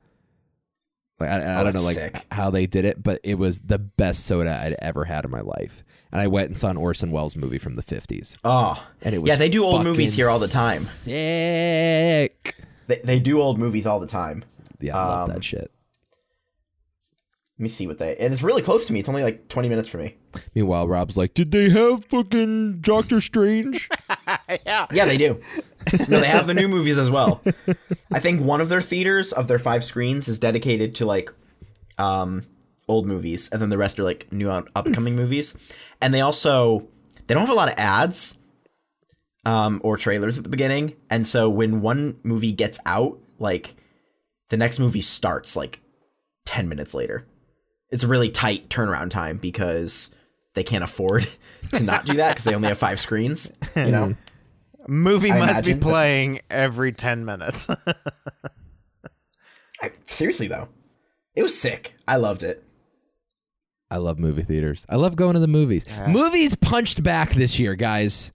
Like I, I
Oh,
don't know
that's
like
sick.
how they did it, but it was the best soda I'd ever had in my life. And I went and saw an Orson Welles movie from the fifties,
Oh,
and it was
yeah. They do old
fucking
movies here all the time.
Sick.
They, they do old movies all the time.
Yeah, I love
Um,
that shit.
Let me see what they. And it's really close to me. It's only like twenty minutes for me.
Meanwhile, Rob's like, "Did they have fucking Doctor Strange?"
Yeah, they do. no, they have the new movies as well. I think one of their theaters of their five screens is dedicated to like um old movies and then the rest are like new out- upcoming movies. And they also they don't have a lot of ads um or trailers at the beginning. And so when one movie gets out, like the next movie starts like 10 minutes later. It's a really tight turnaround time because they can't afford to not do that because they only have five screens, you know.
Movie
I
must be
imagine that's-
playing every ten minutes.
I, seriously though, it was sick. I loved it.
I love movie theaters. I love going to the movies. Movies punched back this year, guys.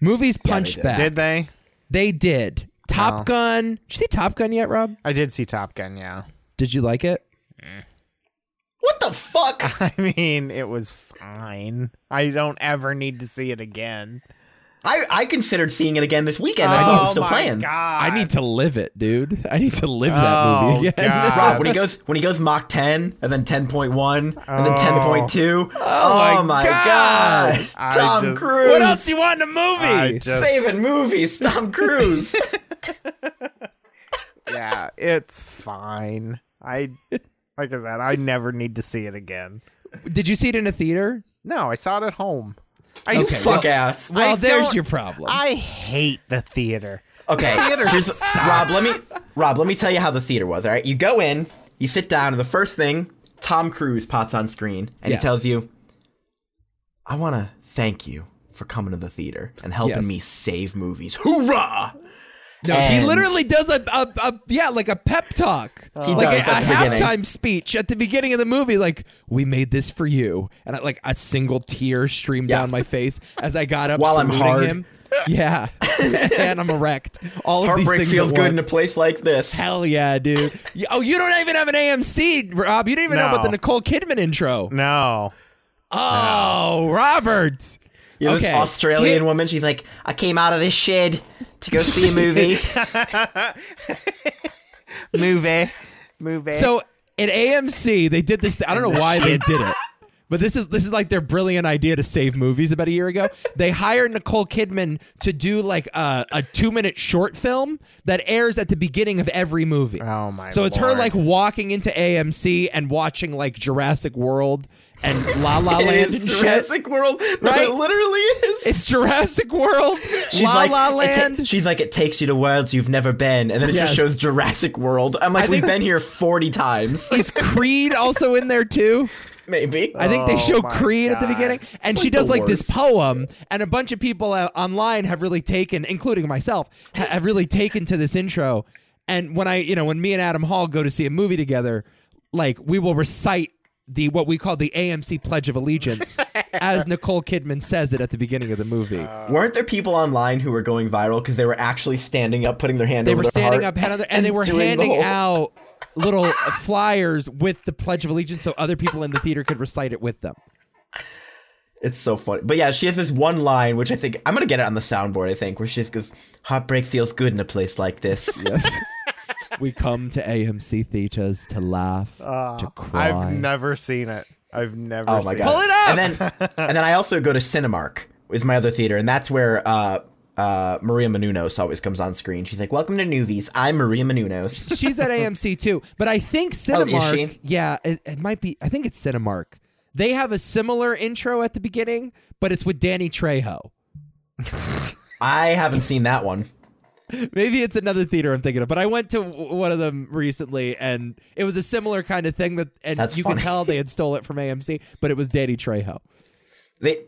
Movies punched
did.
back.
did they?
They did. Top Gun. Did you see Top Gun yet, Rob?
I did see Top Gun. Yeah.
Did you like it?
What the fuck?
I mean, it was fine. I don't ever need to see it again.
I, I considered seeing it again this weekend. I saw it was still
Oh my
playing.
God.
I need to live it, dude. I need to live that
Oh,
movie again.
God.
Rob, when he goes when he goes Mach 10 and then 10.1 and then 10.2.
my
Oh, my,
God.
god.
I
Tom
just-
Cruise.
what else do you want in a movie?
I just-
Saving movies, Tom Cruise.
yeah, it's fine. I like I said, I never need to see it again.
Did you see it in a theater?
No, I saw it at home. I
You
Okay,
fuck
well-
ass.
Well,
I
there's
don't-
your problem.
I hate the theater.
Okay.
Theater
here's-
sucks.
Rob, let me Rob, let me tell you how the theater was. All right, you go in, you sit down, and the first thing Tom Cruise pops on screen, and
Yes.
he tells you, "I want to thank you for coming to the theater and helping
Yes.
me save movies. Hoorah!"
no, he
and-
literally does a, a, a yeah, like a pep talk.
He
like
does
a,
at
a
the beginning.
halftime speech at the beginning of the movie, like, we made this for you. And I, like a single tear streamed
Yeah.
down my face as I got up
While I'm
saluting
hard.
him. Yeah. and I'm erect. All of these
Heartbreak
things
feels
at
good in a
once.
place like this.
Hell yeah, dude. You- Oh, you don't even have an AMC, Rob. You didn't even know about
No.
the Nicole Kidman intro.
No.
Oh, Robert.
You know,
okay.
This Australian woman, she's like, "I came out of this shed to go see a movie."
Movie. Movie.
So at AMC, they did this. I don't know why they did it, but this is this is like their brilliant idea to save movies. About a year ago, they hired Nicole Kidman to do like a, a two minute short film that airs at the beginning of every movie.
Oh, my
So it's her
Lord.
like walking into AMC and watching like Jurassic World and La La
it
Land
is
and shit.
Jurassic World. No,
Right?
it literally is.
It's Jurassic World,
She's
La
like,
La
it ta-
Land.
she's like, it takes you to worlds you've never been, and then it
Yes.
just shows Jurassic World. I'm like,
I
we've
think-
been here 40 times,
is Creed also in there too?
maybe.
I think they
Oh
show
my
Creed at the
God.
beginning, and
It's
she
like the
does like this
worst.
poem, and a bunch of people uh, online have really taken, including myself, ha- have really taken to this intro. And when I, you know, when me and Adam Hall go to see a movie together, like we will recite the what we call the AMC Pledge of Allegiance as Nicole Kidman says it at the beginning of the movie.
Weren't there people online who were going viral because they were actually standing up, putting their hand
they
over
were
their
standing
heart
up head on their, and they were
doing the
handing
whole-
out little flyers with the Pledge of Allegiance so other people in the theater could recite it with them.
It's so funny. But yeah, she has this one line, which I think I'm gonna get it on the soundboard. I think where she just goes, "Heartbreak feels good in a place like this."
Yes. we come to AMC theaters to laugh, to cry.
Ah, I've never seen it. I've never
Oh my
seen
god!
Pull it up!
And then, and then I also go to Cinemark, is my other theater, and that's where uh, uh, Maria Menounos always comes on screen. She's like, "Welcome to Newbies. I'm Maria Menounos."
She's at AMC too, but I think Cinemark.
Oh, she?
Yeah, it, it might be. I think it's Cinemark. They have a similar intro at the beginning, but it's with Danny Trejo.
I haven't seen that one.
Maybe it's another theater I'm thinking of, but I went to w- one of them recently, and it was a similar kind of thing. That and
That's
you can
funny.
tell they had stole it from AMC, but it was Danny Trejo.
They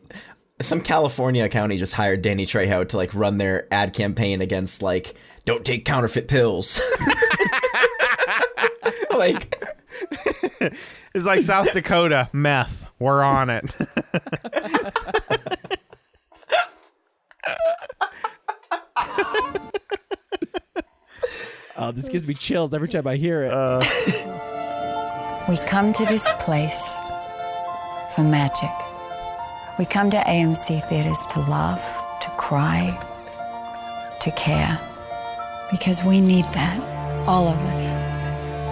some California county just hired Danny Trejo to like run their ad campaign against like don't take counterfeit pills. like
it. It's like South Dakota meth. We're on it.
Oh, this gives me chills every time I hear it.
Uh.
We come to this place for magic. We come to AMC theaters to laugh, to cry, to care. Because we need that, all of us.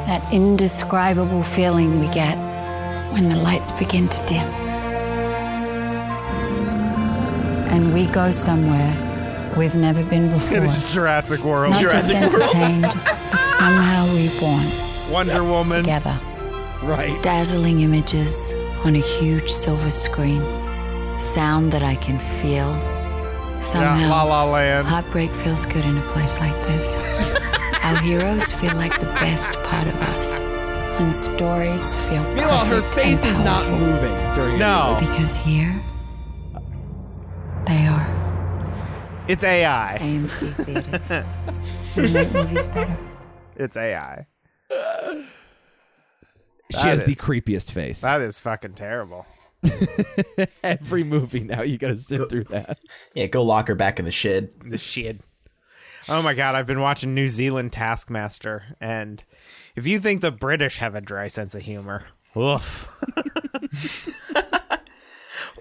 That indescribable feeling we get when the lights begin to dim. And we go somewhere we've never been before.
It is Jurassic World.
Not just
Jurassic World.
entertained, but somehow reborn
Wonder Woman.
together
right.
dazzling images on a huge silver screen. Sound that I can feel. Somehow,
Yeah, La La Land.
heartbreak feels good in a place like this. Our heroes feel like the best part of us, and stories feel
Meanwhile, her
perfect
face
and
is not
powerful
moving during
No.
any of this.
because here they are
It's AI.
AMC theaters. they make movies better.
It's AI.
She has
is-
the creepiest face.
That is fucking terrible.
Every movie now, you got to sit through that.
yeah, go lock her back in the shed.
the shit. Oh my god, I've been watching New Zealand Taskmaster, and if you think the British have a dry sense of humor, oof.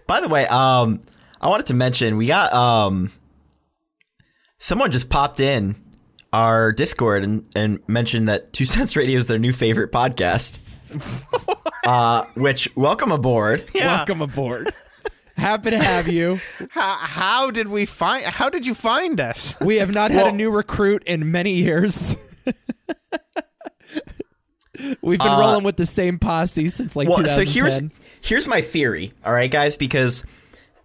By the way, um I wanted to mention we got um someone just popped in our Discord and, and mentioned that Two Cents Radio is their new favorite podcast. uh which welcome aboard.
Welcome aboard. Happy to have you.
How, how did we find? How did you find us?
We have not had
Well-
a new recruit in many years. We've been rolling with the same posse since like
Uh, Well, so
2010.
here's here's my theory, all right, guys, because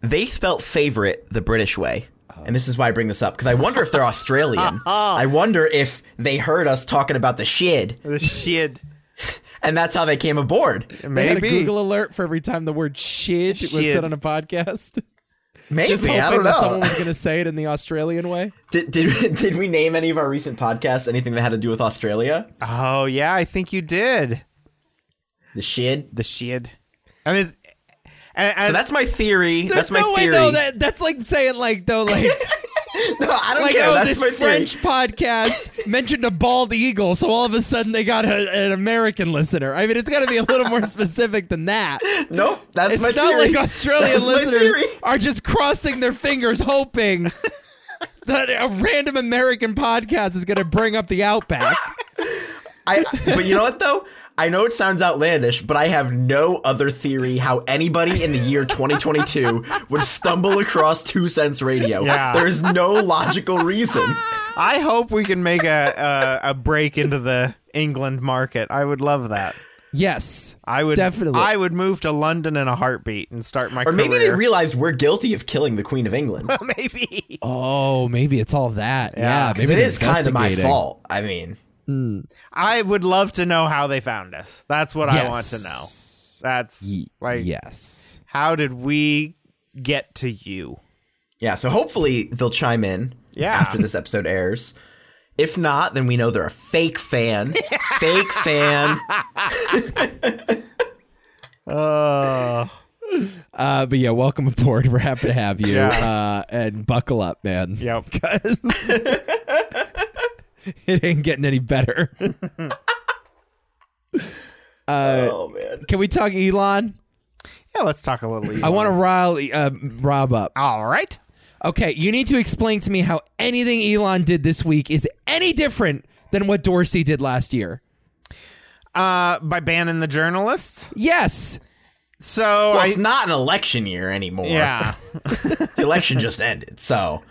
they spelt favorite the British way. And this is why I bring this up because I wonder if they're Australian.
Uh-huh.
I wonder if they heard us talking about the shid,
The shit.
and that's how they came aboard.
they had a
Maybe.
Google alert for every time the word shit, was
Shit.
said on a podcast.
Maybe
Just hoping
I don't
that someone
know.
was going to say it in the Australian way.
Did, did did we name any of our recent podcasts anything that had to do with Australia?
Oh yeah, I think you did.
The shid.
The shit. And it's and, and
So that's my theory.
There's
that's my
no
theory.
way, though. That, that's like saying, like, though, like,
No, I don't
like
care.
oh,
that's
this
my theory.
French podcast mentioned a bald eagle, so all of a sudden they got a, an American listener. I mean, it's got to be a little more specific than that.
Nope, that's
It's
my
not
theory.
like Australian
That's my theory.
listeners are just crossing their fingers hoping that a random American podcast is going to bring up the outback.
I, but you know what though? I know it sounds outlandish, but I have no other theory how anybody in the year 2022 would stumble across Two Cents Radio.
Yeah.
There is no logical reason.
I hope we can make a, a a break into the England market. I would love that.
Yes.
I would
Definitely.
I would move to London in a heartbeat and start my
Or maybe they
career.
realized we're guilty of killing the Queen of England.
maybe.
Oh, maybe it's all that. Yeah,
Yeah,
'Cause
maybe
it
they're
is kind of my
investigating.
fault. I mean,
I would love to know how they found us. That's what I want to know.
Yes.
That's like
yes.
how did we get to you?
yeah. So hopefully they'll chime in
Yeah.
after this episode airs. If not, then we know they're a fake fan. fake fan.
Uh,
Uh, but yeah, welcome aboard. We're happy to have you.
Yeah.
Uh, and buckle up, man.
yep.
Because it ain't getting any better.
Oh man.
Can we talk Elon?
Yeah, let's talk a little.
I want to rile uh, Rob up.
All right.
Okay, you need to explain to me how anything Elon did this week is any different than what Dorsey did last year.
Uh, by banning the journalists.
Yes.
So
Well,
I.
it's not an election year anymore.
yeah.
The election just ended, so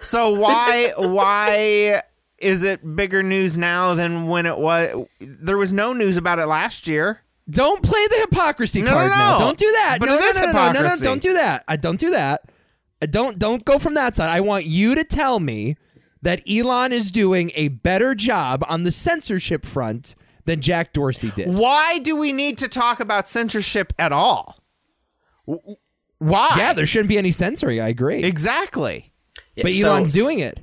So why why is it bigger news now than when it was? There was no news about it last year.
Don't play the hypocrisy
No,
card
no,
now.
no.
Don't do that.
But
no,
it
no,
is
no, no, no, no, no,
hypocrisy.
don't do that. I don't do that. I don't don't go from that side. I want you to tell me that Elon is doing a better job on the censorship front than Jack Dorsey did.
Why do we need to talk about censorship at all? W- Why?
Yeah, there shouldn't be any censoring. I agree.
exactly.
Yeah,
but
so-
Elon's doing it.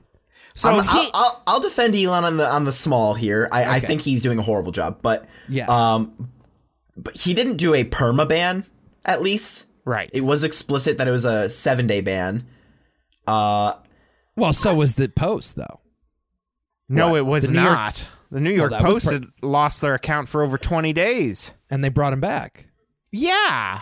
So
I'm- I'll,
he,
I'll, I'll defend Elon on the on the small here. I, I think he's doing a horrible job, but
Yes.
um, but he didn't do a perma ban. At least
right.
it was explicit that it was a seven day ban. Uh,
Well, so was the post though.
no, it was
The New York-
not. the New
Oh,
York
that was
Post
part-
had lost their account for over twenty days.
And they brought him back.
Yeah.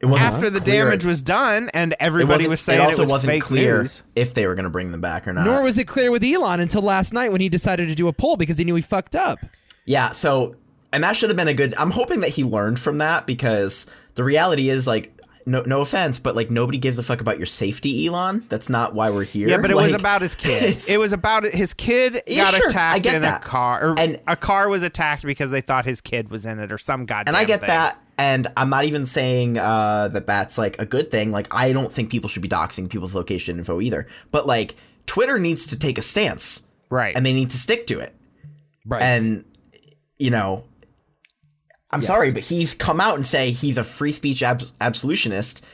it wasn't
After the
clear-
damage was done, and
it
everybody
wasn't,
was saying
it also
was
wasn't
fake
clear
news.
if they were going to bring them back or not.
Nor was it clear with Elon until last night when he decided to do a poll because he knew he fucked up.
Yeah, so and that should have been a good I'm hoping that he learned from that because the reality is like no no offense, but like nobody gives a fuck about your safety, Elon. That's not why we're here.
Yeah, but it was
Like,
about his kid.
it's-
It was about his kid
Yeah,
got
sure, I
attacked
get
in
that.
a car, or
And-
a car was attacked because they thought his kid was in it, or some goddamn.
and I get
thing.
that and I'm not even saying uh that that's like a good thing. Like I don't think people should be doxing people's location info either. But like Twitter needs to take a stance
right?
and they need to stick to it.
Right.
and you know i'm sorry but he's come out and say he's a free speech ab- absolutionist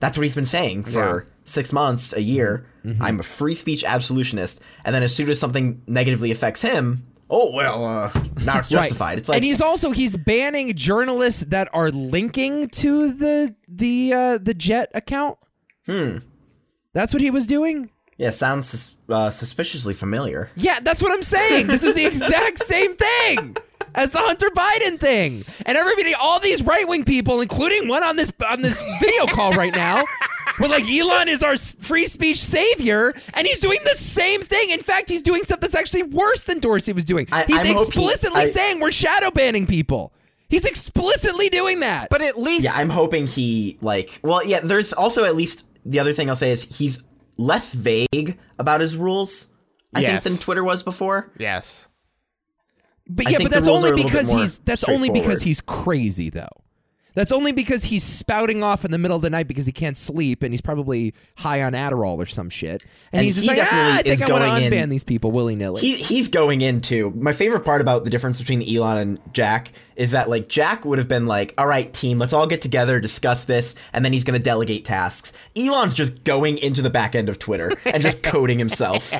that's what he's been saying for six months a year i'm a free speech absolutionist and then as soon as something negatively affects him oh well uh, now it's justified it's like
and he's also he's banning journalists that are linking to the the uh, the jet account. Hmm. That's what he was doing.
yeah sounds sus- uh, suspiciously familiar
Yeah, that's what I'm saying. This is the exact same thing as the Hunter Biden thing. And everybody, all these right wing people, including one on this on this video call right now, were like, Elon is our s- free speech savior, and he's doing the same thing. In fact, he's doing stuff that's actually worse than Dorsey was doing.
I-
he's
I'm hoping-
explicitly
I-
saying we're shadow banning people. He's explicitly doing that.
but at least
yeah i'm hoping he like well yeah there's also at least the other thing i'll say is he's less vague about his rules i
Yes.
think than twitter was before
yes,
But
I
yeah,
think
but
the
that's
rules are a
only
little bit
because
more
he's that's only because
straightforward.
he's crazy though. That's only because he's spouting off in the middle of the night because he can't sleep and he's probably high on Adderall or some shit. And,
And
he's just
he
like, ah, I
definitely
think
is
I want to
going in-
unban these people willy nilly.
He he's going into my favorite part about the difference between Elon and Jack is that like Jack would have been like, all right, team, let's all get together, discuss this, and then he's gonna delegate tasks. Elon's just going into the back end of Twitter and just coding himself.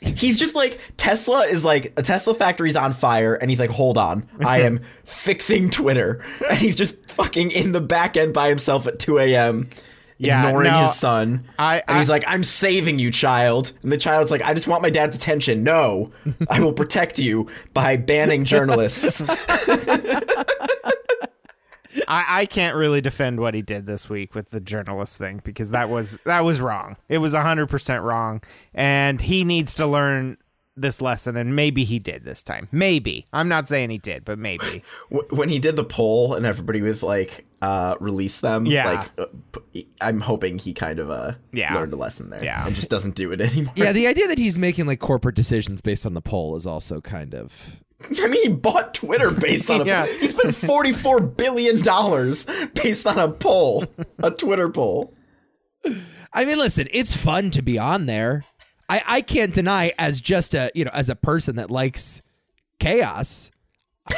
he's just like Tesla is like a Tesla factory's on fire, and he's like, hold on, I am fixing Twitter, and he's just fucking in the back end by himself at two a.m.
Yeah,
ignoring
no,
his son.
I-
and he's
I-
like, I'm saving you, child. And the child's like, I just want my dad's attention. No, I will protect you by banning journalists.
I, I can't really defend what he did this week with the journalist thing because that was that was wrong. It was hundred percent wrong, and he needs to learn this lesson. And maybe he did this time. Maybe I'm not saying he did, but maybe.
Wh- when he did the poll and everybody was like, uh, release them,
Yeah.
like, uh, p- I'm hoping he kind of uh,
Yeah.
learned a lesson there
Yeah.
and just doesn't do it anymore.
yeah, the idea that he's making like corporate decisions based on the poll is also kind of
I mean, he bought Twitter based on a
Yeah.
He spent $44 billion based on a poll, a Twitter poll.
I mean, listen, it's fun to be on there. I, I can't deny as just a you know as a person that likes chaos.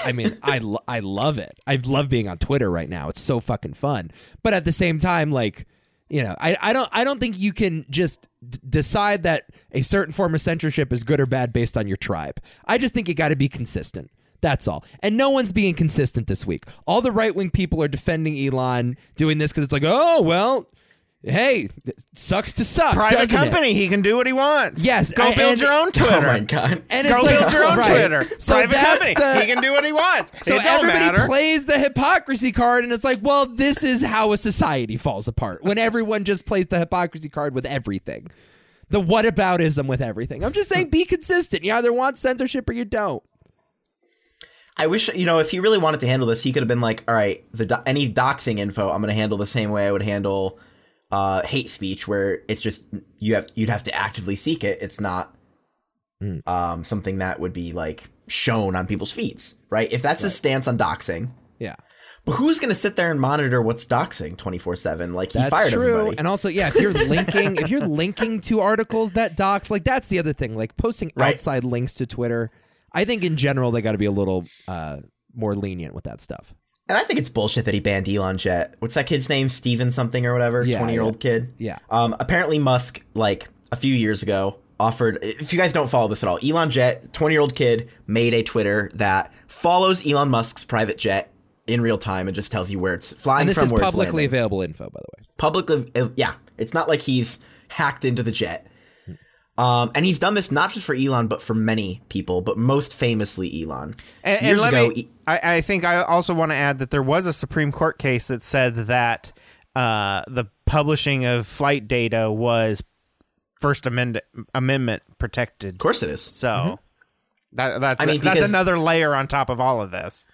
I mean, I lo- I love it. I love being on Twitter right now. It's so fucking fun. But at the same time, like you know, I, I don't I don't think you can just d- decide that a certain form of censorship is good or bad based on your tribe. I just think you got to be consistent. That's all. And no one's being consistent this week. All the right wing people are defending Elon doing this because it's like, oh well, hey, it sucks to suck.
Private
doesn't it?
company, he can do what he wants.
Yes,
go
I-
build
and-
your own Twitter.
Oh my God.
And
Go
it's like,
build your own
right.
Twitter.
So
Private
that's
company,
the-
he can do what he wants.
so
it don't
everybody
matter.
plays the hypocrisy card, and it's like, well, this is how a society falls apart when everyone just plays the hypocrisy card with everything. The whataboutism with everything. I'm just saying, be consistent. You either want censorship or you don't.
I wish you know if he really wanted to handle this, he could have been like, "All right, the do- any doxing info, I'm going to handle the same way I would handle uh, hate speech, where it's just you have you'd have to actively seek it. It's not
Hmm.
um, something that would be like shown on people's feeds, right? If that's his stance on doxing,
Yeah,
but who's going to sit there and monitor what's doxing 24 seven? Like he
that's
fired
true.
everybody.
And also, yeah, if you're linking, if you're linking to articles that docs, like that's the other thing. Like posting
Right.
outside links to Twitter. I think in general they got to be a little uh, more lenient with that stuff.
And I think it's bullshit that he banned Elon Jet. What's that kid's name? Steven something or whatever. Twenty
Yeah,
year old
yeah.
kid.
Yeah.
Um. Apparently Musk, like a few years ago, offered. If you guys don't follow this at all, Elon Jet, twenty year old kid, made a Twitter that follows Elon Musk's private jet in real time and just tells you where it's flying
And this
from.
is
where it's
publicly
landing.
available info, by the way.
publicly. Yeah. It's not like he's hacked into the jet. Um, and he's done this not just for Elon, but for many people, but most famously Elon.
And, and
Years
let
ago, E,
me, I, I think I also want to add that there was a Supreme Court case that said that uh, the publishing of flight data was First Amendment amendment protected.
of course it is.
So that, that's
I mean,
that's
because-
another layer on top of all of this,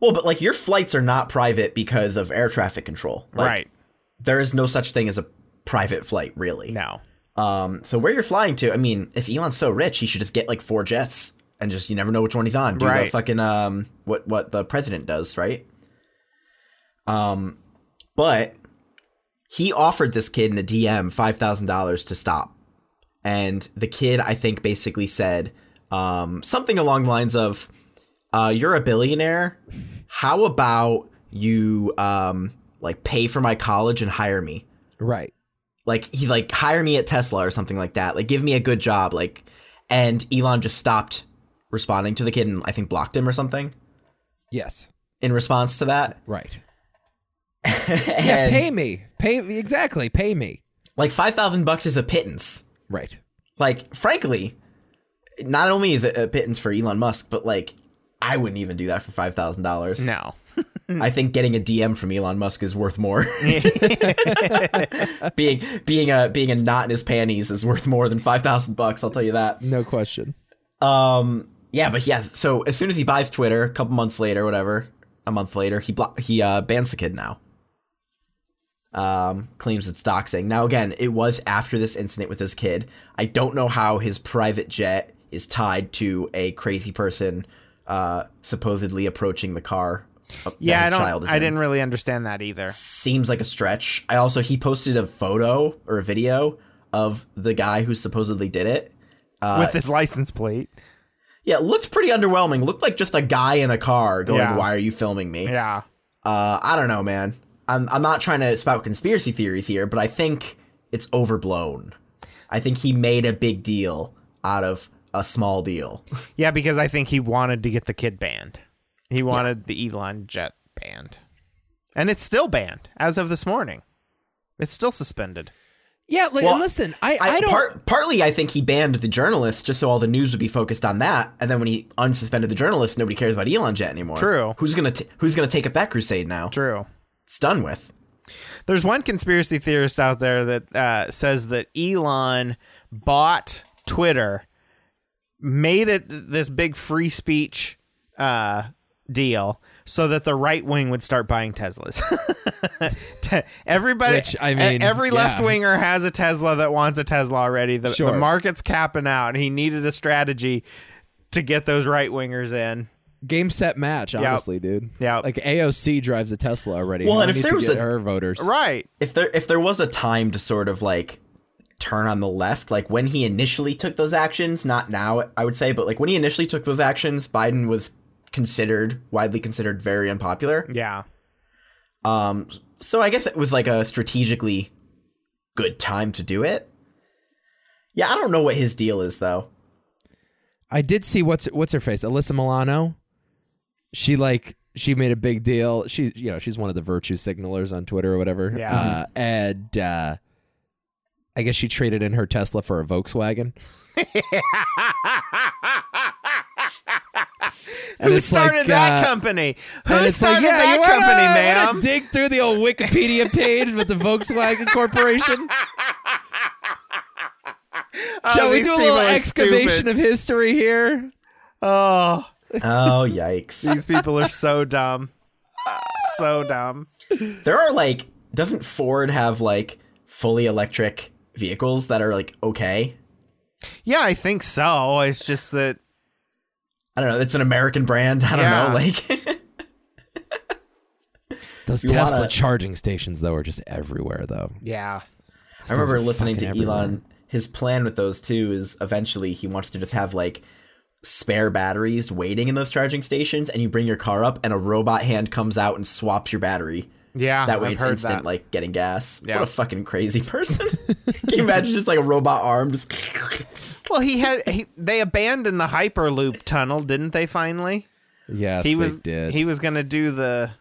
Well, but like your flights are not private because of air traffic control. Like,
right?
There is no such thing as a private flight, really.
No,
Um, so where you're flying to, I mean, if Elon's so rich, he should just get like four jets and just you never know which one he's on. Do
Right.
the fucking um what what the president does, right? Um but he offered this kid in a DM five thousand dollars to stop. And the kid I think basically said um something along the lines of uh you're a billionaire. How about you um like pay for my college and hire me?
Right.
like he's like hire me at tesla or something like that like give me a good job like and elon just stopped responding to the kid and i think blocked him or something
Yes.
in response to that
Right. Yeah,
And,
pay me. Pay exactly. Pay me.
like 5000 bucks is a pittance
Right.
like frankly not only is it a pittance for elon musk but like i wouldn't even do that for $5000
no.
I think getting a DM from Elon Musk is worth more. being being a being a knot in his panties is worth more than five thousand bucks. I'll tell you that.
No question.
Um. Yeah, but yeah. So as soon as he buys Twitter, a couple months later, whatever, a month later, he blo- he uh, bans the kid now. Um, claims it's doxing. Now again, it was after this incident with this kid. I don't know how his private jet is tied to a crazy person uh, supposedly approaching the car. uh, that
Yeah, I
his
don't.
child is
I
in.
didn't really understand that either.
Seems like a stretch. I also he posted a photo or a video of the guy who supposedly did it.
With his license plate.
Yeah, it looked pretty underwhelming. Looked like just a guy in a car going,
Yeah.
"Why are you filming me?"
Yeah.
Uh, I don't know, man. I'm I'm not trying to spout conspiracy theories here, but I think it's overblown. I think he made a big deal out of a small deal.
Yeah, because I think he wanted to get the kid banned. He wanted the Elon Jet banned. And it's still banned as of this morning. It's still suspended.
Yeah, like,
Well,
and listen, I, I, don't.
par- partly, I think he banned the journalists just so all the news would be focused on that, and then when he unsuspended the journalists, nobody cares about Elon Jet anymore.
True.
Who's gonna t- Who's gonna take up that crusade now?
True.
It's done with.
There's one conspiracy theorist out there that uh, says that Elon bought Twitter, made it this big free speech uh, deal, so that the right wing would start buying Teslas. Te- Everybody,
Which, I mean,
e- every
yeah.
left winger has a Tesla that wants a Tesla already. The,
Sure.
the market's capping out, and he needed a strategy to get those right wingers in.
game set match, honestly, dude.
Yep.
Like AOC drives a Tesla already.
Well,
Who
and if
needs
there
to
was
get
a-
her voters,
Right.
If there if there was a time to sort of like turn on the left, like when he initially took those actions, not now, I would say, but like when he initially took those actions, Biden was considered widely considered very unpopular.
Yeah.
Um, so I guess it was like a strategically good time to do it. Yeah, I don't know what his deal is though.
I did see what's what's her face, Alyssa Milano. She like she made a big deal. She you know she's one of the virtue signalers on Twitter or whatever.
Yeah.
uh, and uh, I guess she traded in her Tesla for a Volkswagen. And
Who
it's like,
started that
uh,
company?
And
Who
it's like,
started
yeah,
that
you wanna-
company,
wanna
ma'am?
Dig through the old Wikipedia page with the Volkswagen Corporation. Shall
Oh,
we
these
do a
people
little
are
excavation
stupid.
of history here?
Oh,
Oh yikes.
these people are so dumb. So dumb.
there are like doesn't Ford have like fully electric vehicles that are like okay?
Yeah, I think so. It's just that
I don't know, it's an American brand. I don't
Yeah.
know, like
Those
You wanna-
Tesla charging stations though are just everywhere though.
yeah.
I remember
Those are
listening to
fucking everywhere.
Elon. His plan with those two is eventually he wants to just have like spare batteries waiting in those charging stations, and you bring your car up, and a robot hand comes out and swaps your battery.
Yeah,
That
Uh,
way,
I've
it's
heard
instant,
that.
like getting gas.
Yeah.
What a fucking crazy person! Can you imagine just like a robot arm? Just
Well, he had he, they abandoned the Hyperloop tunnel, didn't they finally?
Yes,
He
they
was
did.
he was going to do the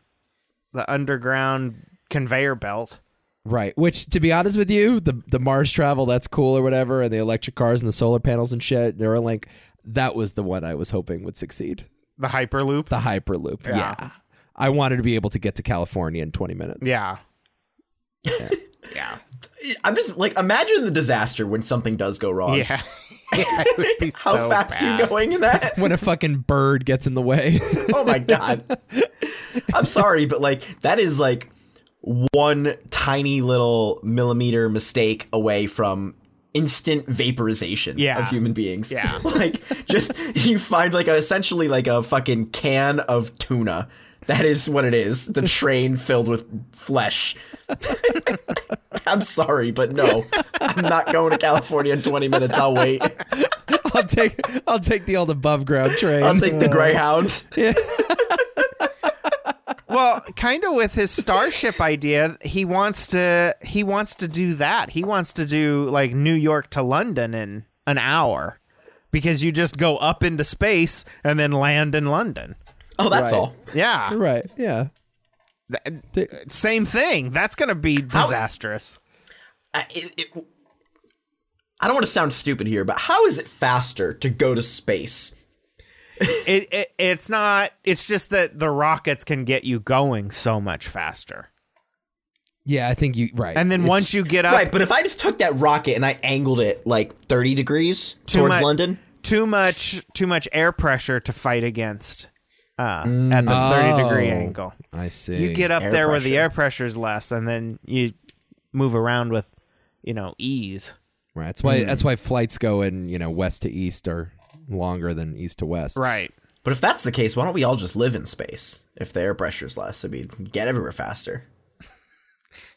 the underground conveyor belt.
Right. Which, to be honest with you, the the Mars travel that's cool or whatever, and the electric cars and the solar panels and shit, Neuralink, that was the one I was hoping would succeed.
The Hyperloop.
The Hyperloop.
Yeah.
Yeah. I wanted to be able to get to California in 20 minutes.
yeah.
I'm just like imagine the disaster when something does go wrong.
Yeah. yeah it would be
How
so
fast
bad.
are you going in that?
When a fucking bird gets in the way.
Oh my god. I'm sorry, but like that is like one tiny little millimeter mistake away from instant vaporization
Yeah.
of human beings.
Yeah.
like just you find like a, essentially like a fucking can of tuna. That is what it is. The train filled with flesh. I'm sorry, but no. I'm not going to California in 20 minutes. I'll wait.
I'll take I'll take the old above ground train.
I'll take the Greyhound.
well kind of with his starship idea he wants to he wants to do that he wants to do like new york to london in an hour because you just go up into space and then land in london
Oh, that's
Right.
all.
yeah
right. Yeah.
Th- same thing that's gonna be disastrous
I, it, it, I don't want to sound stupid here, but how is it faster to go to space?
it, it it's not it's just that the rockets can get you going so much faster
Yeah, I think you right.
and then
It's-
once you get up
right, but if I just took that rocket and I angled it like 30 degrees
Too
towards
much-
London,
too much too much air pressure to fight against uh, at the 30 degree
Oh.
angle
I see.
you get up
Air
there where the
pressure.
air pressure's less and then you move around with you know ease
right. That's why that's why flights go in, you know, west to east are longer than east to west.
right
But if that's the case, why don't we all just live in space? If the air pressure's less, I mean, get everywhere faster.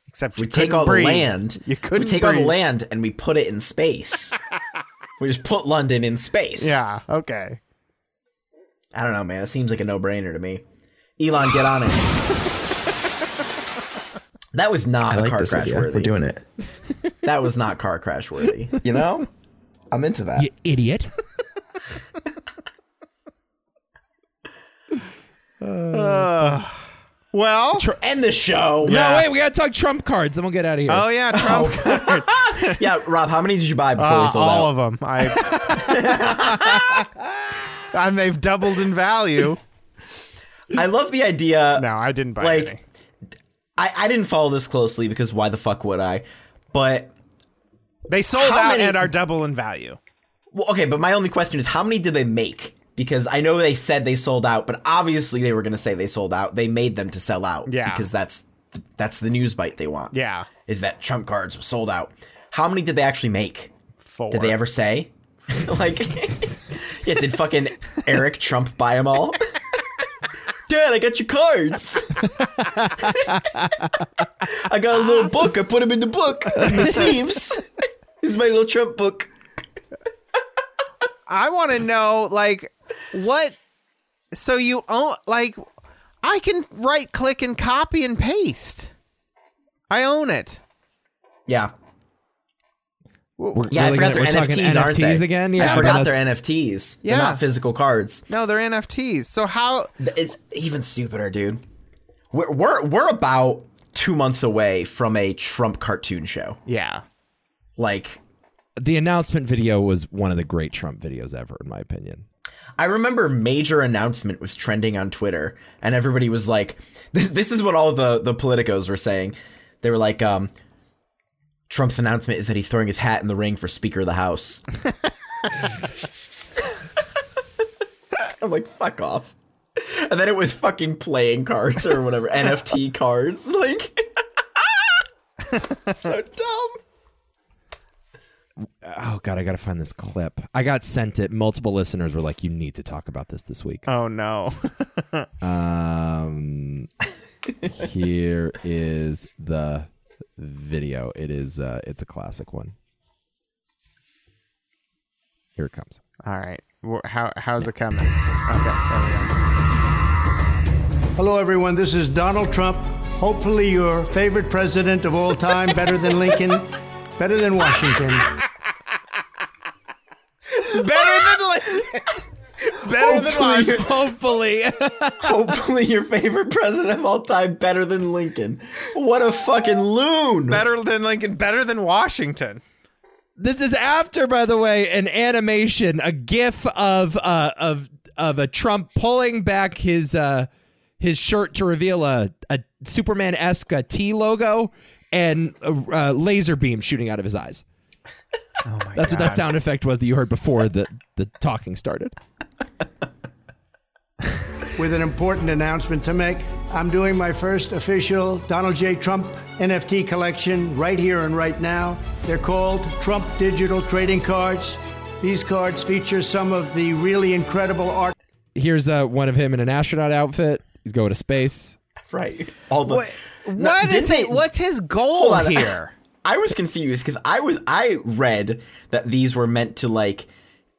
Except
We
you
take
couldn't
all
breathe.
the land.
You couldn't
We take all
breathe.
the land and we put it in space. we just put London in space.
Yeah. Okay.
I don't know, man. It seems like a no-brainer to me. Elon, get on it. that was not
I like
car
this
crash
idea.
worthy.
We're doing it.
that was not car crash worthy. You know, I'm into that.
You idiot.
Well.
Tr- End the show.
No, wait, we gotta talk Trump cards, then we'll get out of here.
oh yeah, Trump.
Yeah, Rob, how many did you buy before
Uh,
we sold
all
out?
of them. I. and they've doubled in value.
I love the idea.
No, I didn't buy
Like-
any.
I, I didn't follow this closely because why the fuck would I? But
They sold
how
out
many-
and are double in value.
well, okay, but my only question is how many did they make? Because I know they said they sold out, but obviously they were going to say they sold out. They made them to sell out.
Yeah.
Because that's that's the news bite they want.
Yeah.
Is that Trump cards were sold out? How many did they actually make?
Four.
Did they ever say? like, yeah, did fucking Eric Trump buy them all? Dad, I got your cards. I got a little book. I put them in the book, in the sleeves. This is my little Trump book.
I want to know, like, what? So you own, like, I can right click and copy and paste. I own it.
Yeah.
We're-
Yeah,
really
I forgot
gonna-
they're
we're talking
NFTs, aren't
NFTs
they?
again. Yeah,
I forgot
that's-
they're NFTs.
Yeah.
They're not physical cards.
No, they're NFTs. So how?
It's even stupider, dude. We're we're, we're about two months away from a Trump cartoon show.
Yeah.
Like,
The announcement video was one of the great Trump videos ever, in my opinion.
I remember major announcement was trending on Twitter, and everybody was like, "This, this is what all the the politicos were saying." They were like, um, "Trump's announcement is that he's throwing his hat in the ring for Speaker of the House." I'm like, "Fuck off!" And then it was fucking playing cards or whatever NFT cards, like so dumb.
Oh god, I gotta find this clip. I got sent it. Multiple listeners were like, "You need to talk about this this week."
Oh no.
Um, here is the video. It is uh, it's a classic one. Here it comes.
All right. Wh- How how's it coming? Okay. There we go.
Hello, everyone. This is Donald Trump, hopefully your favorite president of all time, better than Lincoln, better than Washington.
Better than Lin- better than
Hopefully
Lin- Hopefully.
Hopefully, your favorite president of all time, better than Lincoln. What a fucking loon!
better than Lincoln. Better than Washington.
This is after, by the way, an animation, a GIF of uh, of of a Trump pulling back his uh, his shirt to reveal a, a Superman esque T logo and a, uh laser beam shooting out of his eyes.
Oh my
That's what that sound effect was that you heard before the the talking started.
With an important announcement to make, I'm doing my first official Donald J. Trump NFT collection right here and right now. They're called Trump Digital Trading Cards. These cards feature some of the really incredible art.
Here's uh, one of him in an astronaut outfit. He's going to space.
Right. All the.
What,
No,
what is
didn't
it?
they-
What's his goal
Hold on.
here?
I was confused because I was I read that these were meant to like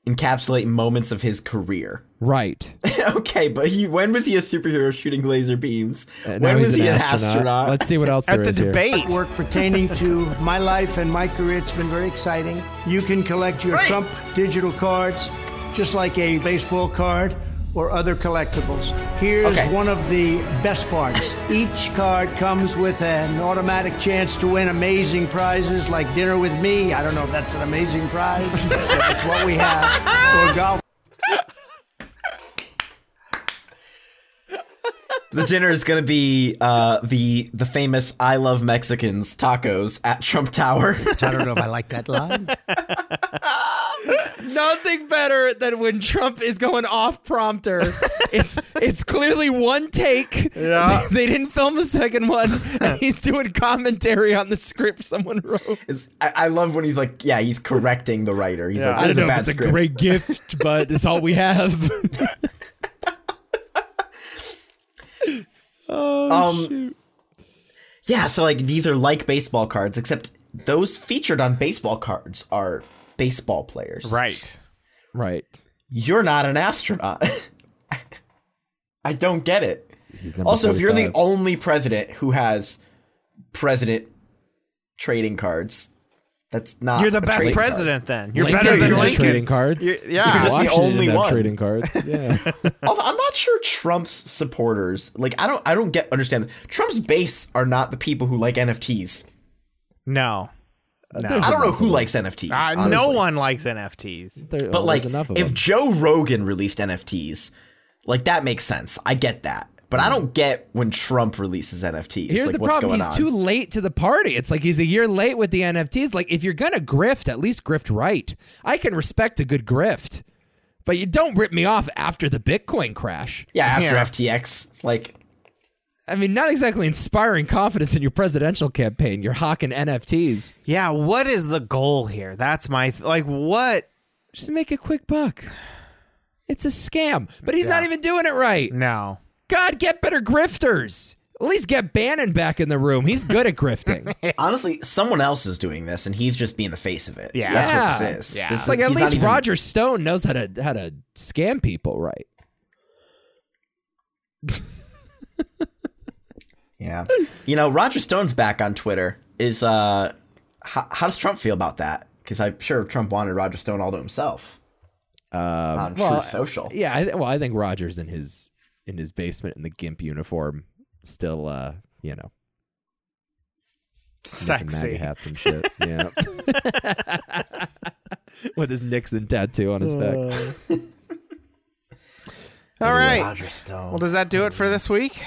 encapsulate moments of his career.
Right.
okay, but he when was he a superhero shooting laser beams?
Uh,
And now
when
he's
was he an astronaut?
Let's see what else
At
there
the
is here.
debate.
Work pertaining to my life and my career. It's been very exciting. You can collect your
Right.
Trump digital cards just like a baseball card or other collectibles. Here's
Okay.
one of the best parts each card comes with an automatic chance to win amazing prizes like dinner with me. I don't know if that's an amazing prize, but that's what we have. Or golf.
The dinner is gonna be uh, the the famous "I love Mexicans" tacos at Trump Tower.
I don't know if I like that line.
Nothing better than when Trump is going off prompter. it's it's clearly one take.
Yeah.
They, they didn't film a second one, and he's doing commentary on the script someone wrote.
It's- I, I love when he's like, yeah, he's correcting the writer. He's
Yeah.
like,
I
this is a bad
it's
script.
a great gift, but it's all we have.
Um, yeah, so like these are like baseball cards, except those featured on baseball cards are baseball players.
Right.
Right.
You're not an astronaut. I don't get it.
number
Also, if you're the
45.
only president who has president trading cards, that's not.
You're the
a
best
trading card.
president then. You're
Lincoln-
better
You're
than
just
Lincoln.
trading cards.
Y- yeah. You're
just the
Washington
only
didn't have
one.
trading cards. Yeah.
Although I'm not sure Trump's supporters like I don't I don't get understand Trump's base are not the people who like NFTs.
No. No.
there's-
I don't know who likes NFTs.
Uh, no
honestly.
one likes NFTs.
There-
But
well,
like,
there's enough of
if
them.
Joe Rogan released NFTs, like that makes sense. I get that, but I don't get when Trump releases NFTs.
Here's
like,
the
what's
problem.
going
He's
on?
too late to the party. It's like he's a year late with the NFTs. Like if you're gonna grift, at least grift right. I can respect a good grift, but you don't rip me off after the Bitcoin crash.
Yeah, after
Yeah.
FTX, like
I mean, not exactly inspiring confidence in your presidential campaign. You're hawking NFTs
Yeah, what is the goal here? That's my th- like what?
just to make a quick buck. It's a scam, but he's not even doing it right.
No.
God, get better grifters. At least get Bannon back in the room. He's good at grifting.
honestly, someone else is doing this, and he's just being the face of it.
Yeah.
that's what
Yeah.
this is.
Yeah.
This
It's
is-
like at
he's not
least
even-
Roger Stone knows how to how to scam people, right?
Yeah, you know, Roger Stone's back on Twitter. Is uh, how, how does Trump feel about that? Because I'm sure Trump wanted Roger Stone all to himself. Um, on Truth Social.
Yeah, I, th- well, I think Roger's in his in his basement in the gimp uniform, still, uh, you know, making MAGA
Sexy.
hats and shit. yeah, with his Nixon tattoo on his back.
Uh. All right.
Roger Stone.
Well, does that do it for this week?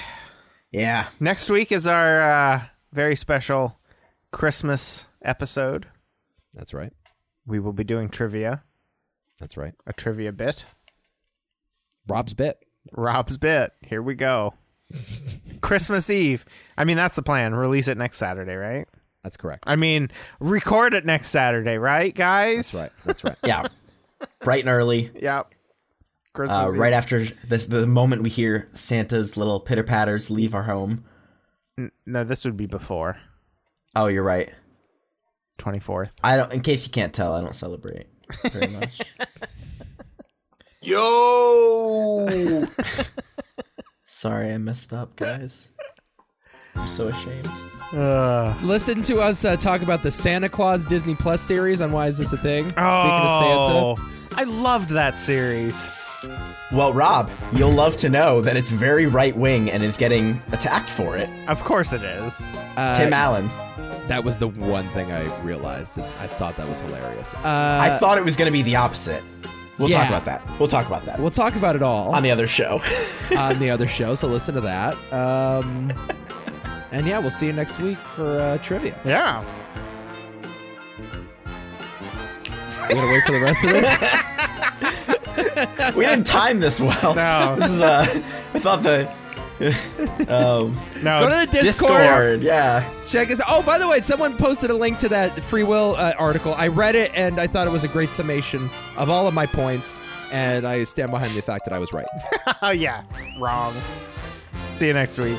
yeah.
Next week is our uh, very special Christmas episode.
That's right.
We will be doing trivia,
That's right.
a trivia bit.
Rob's bit.
Rob's bit. Here we go. Christmas Eve. I mean, that's the plan. Release it next Saturday, right?
That's correct.
I mean, record it next Saturday, right, guys?
That's right. That's right.
Yeah. Bright and early.
Yep. Christmas
Uh,
Eve.
right after the, the moment we hear Santa's little pitter patters leave our home.
No, this would be before
Oh, you're right.
24th.
I don't. In case you can't tell, I don't celebrate very much. Yo. Sorry, I messed up, guys. I'm so ashamed.
Listen to us uh, talk about the Santa Claus Disney Plus series on Why Is This a Thing? Speaking of Santa.
Santa. Oh. I loved that series.
Well, Rob, you'll love to know that it's very right wing and is getting attacked for it.
Of course it is.
Uh,
Tim Allen.
That was the one thing I realized. And I thought that was hilarious. Uh,
I thought it was going to be the opposite. We'll
Yeah.
talk about that. We'll talk about that
we'll talk about it all
on
on
the other show.
the, other show, so listen to that. Um, and yeah, we'll see you next week for uh, trivia.
Yeah.
You gonna wait for the rest of this?
we didn't time this well.
No.
This is uh I thought the um
No.
Go to the Discord.
Discord. Yeah.
Check us. Oh, by the way, someone posted a link to that free will uh, article. I read it and I thought it was a great summation of all of my points, and I stand behind the fact that I was right.
oh, yeah. Wrong. See you next week.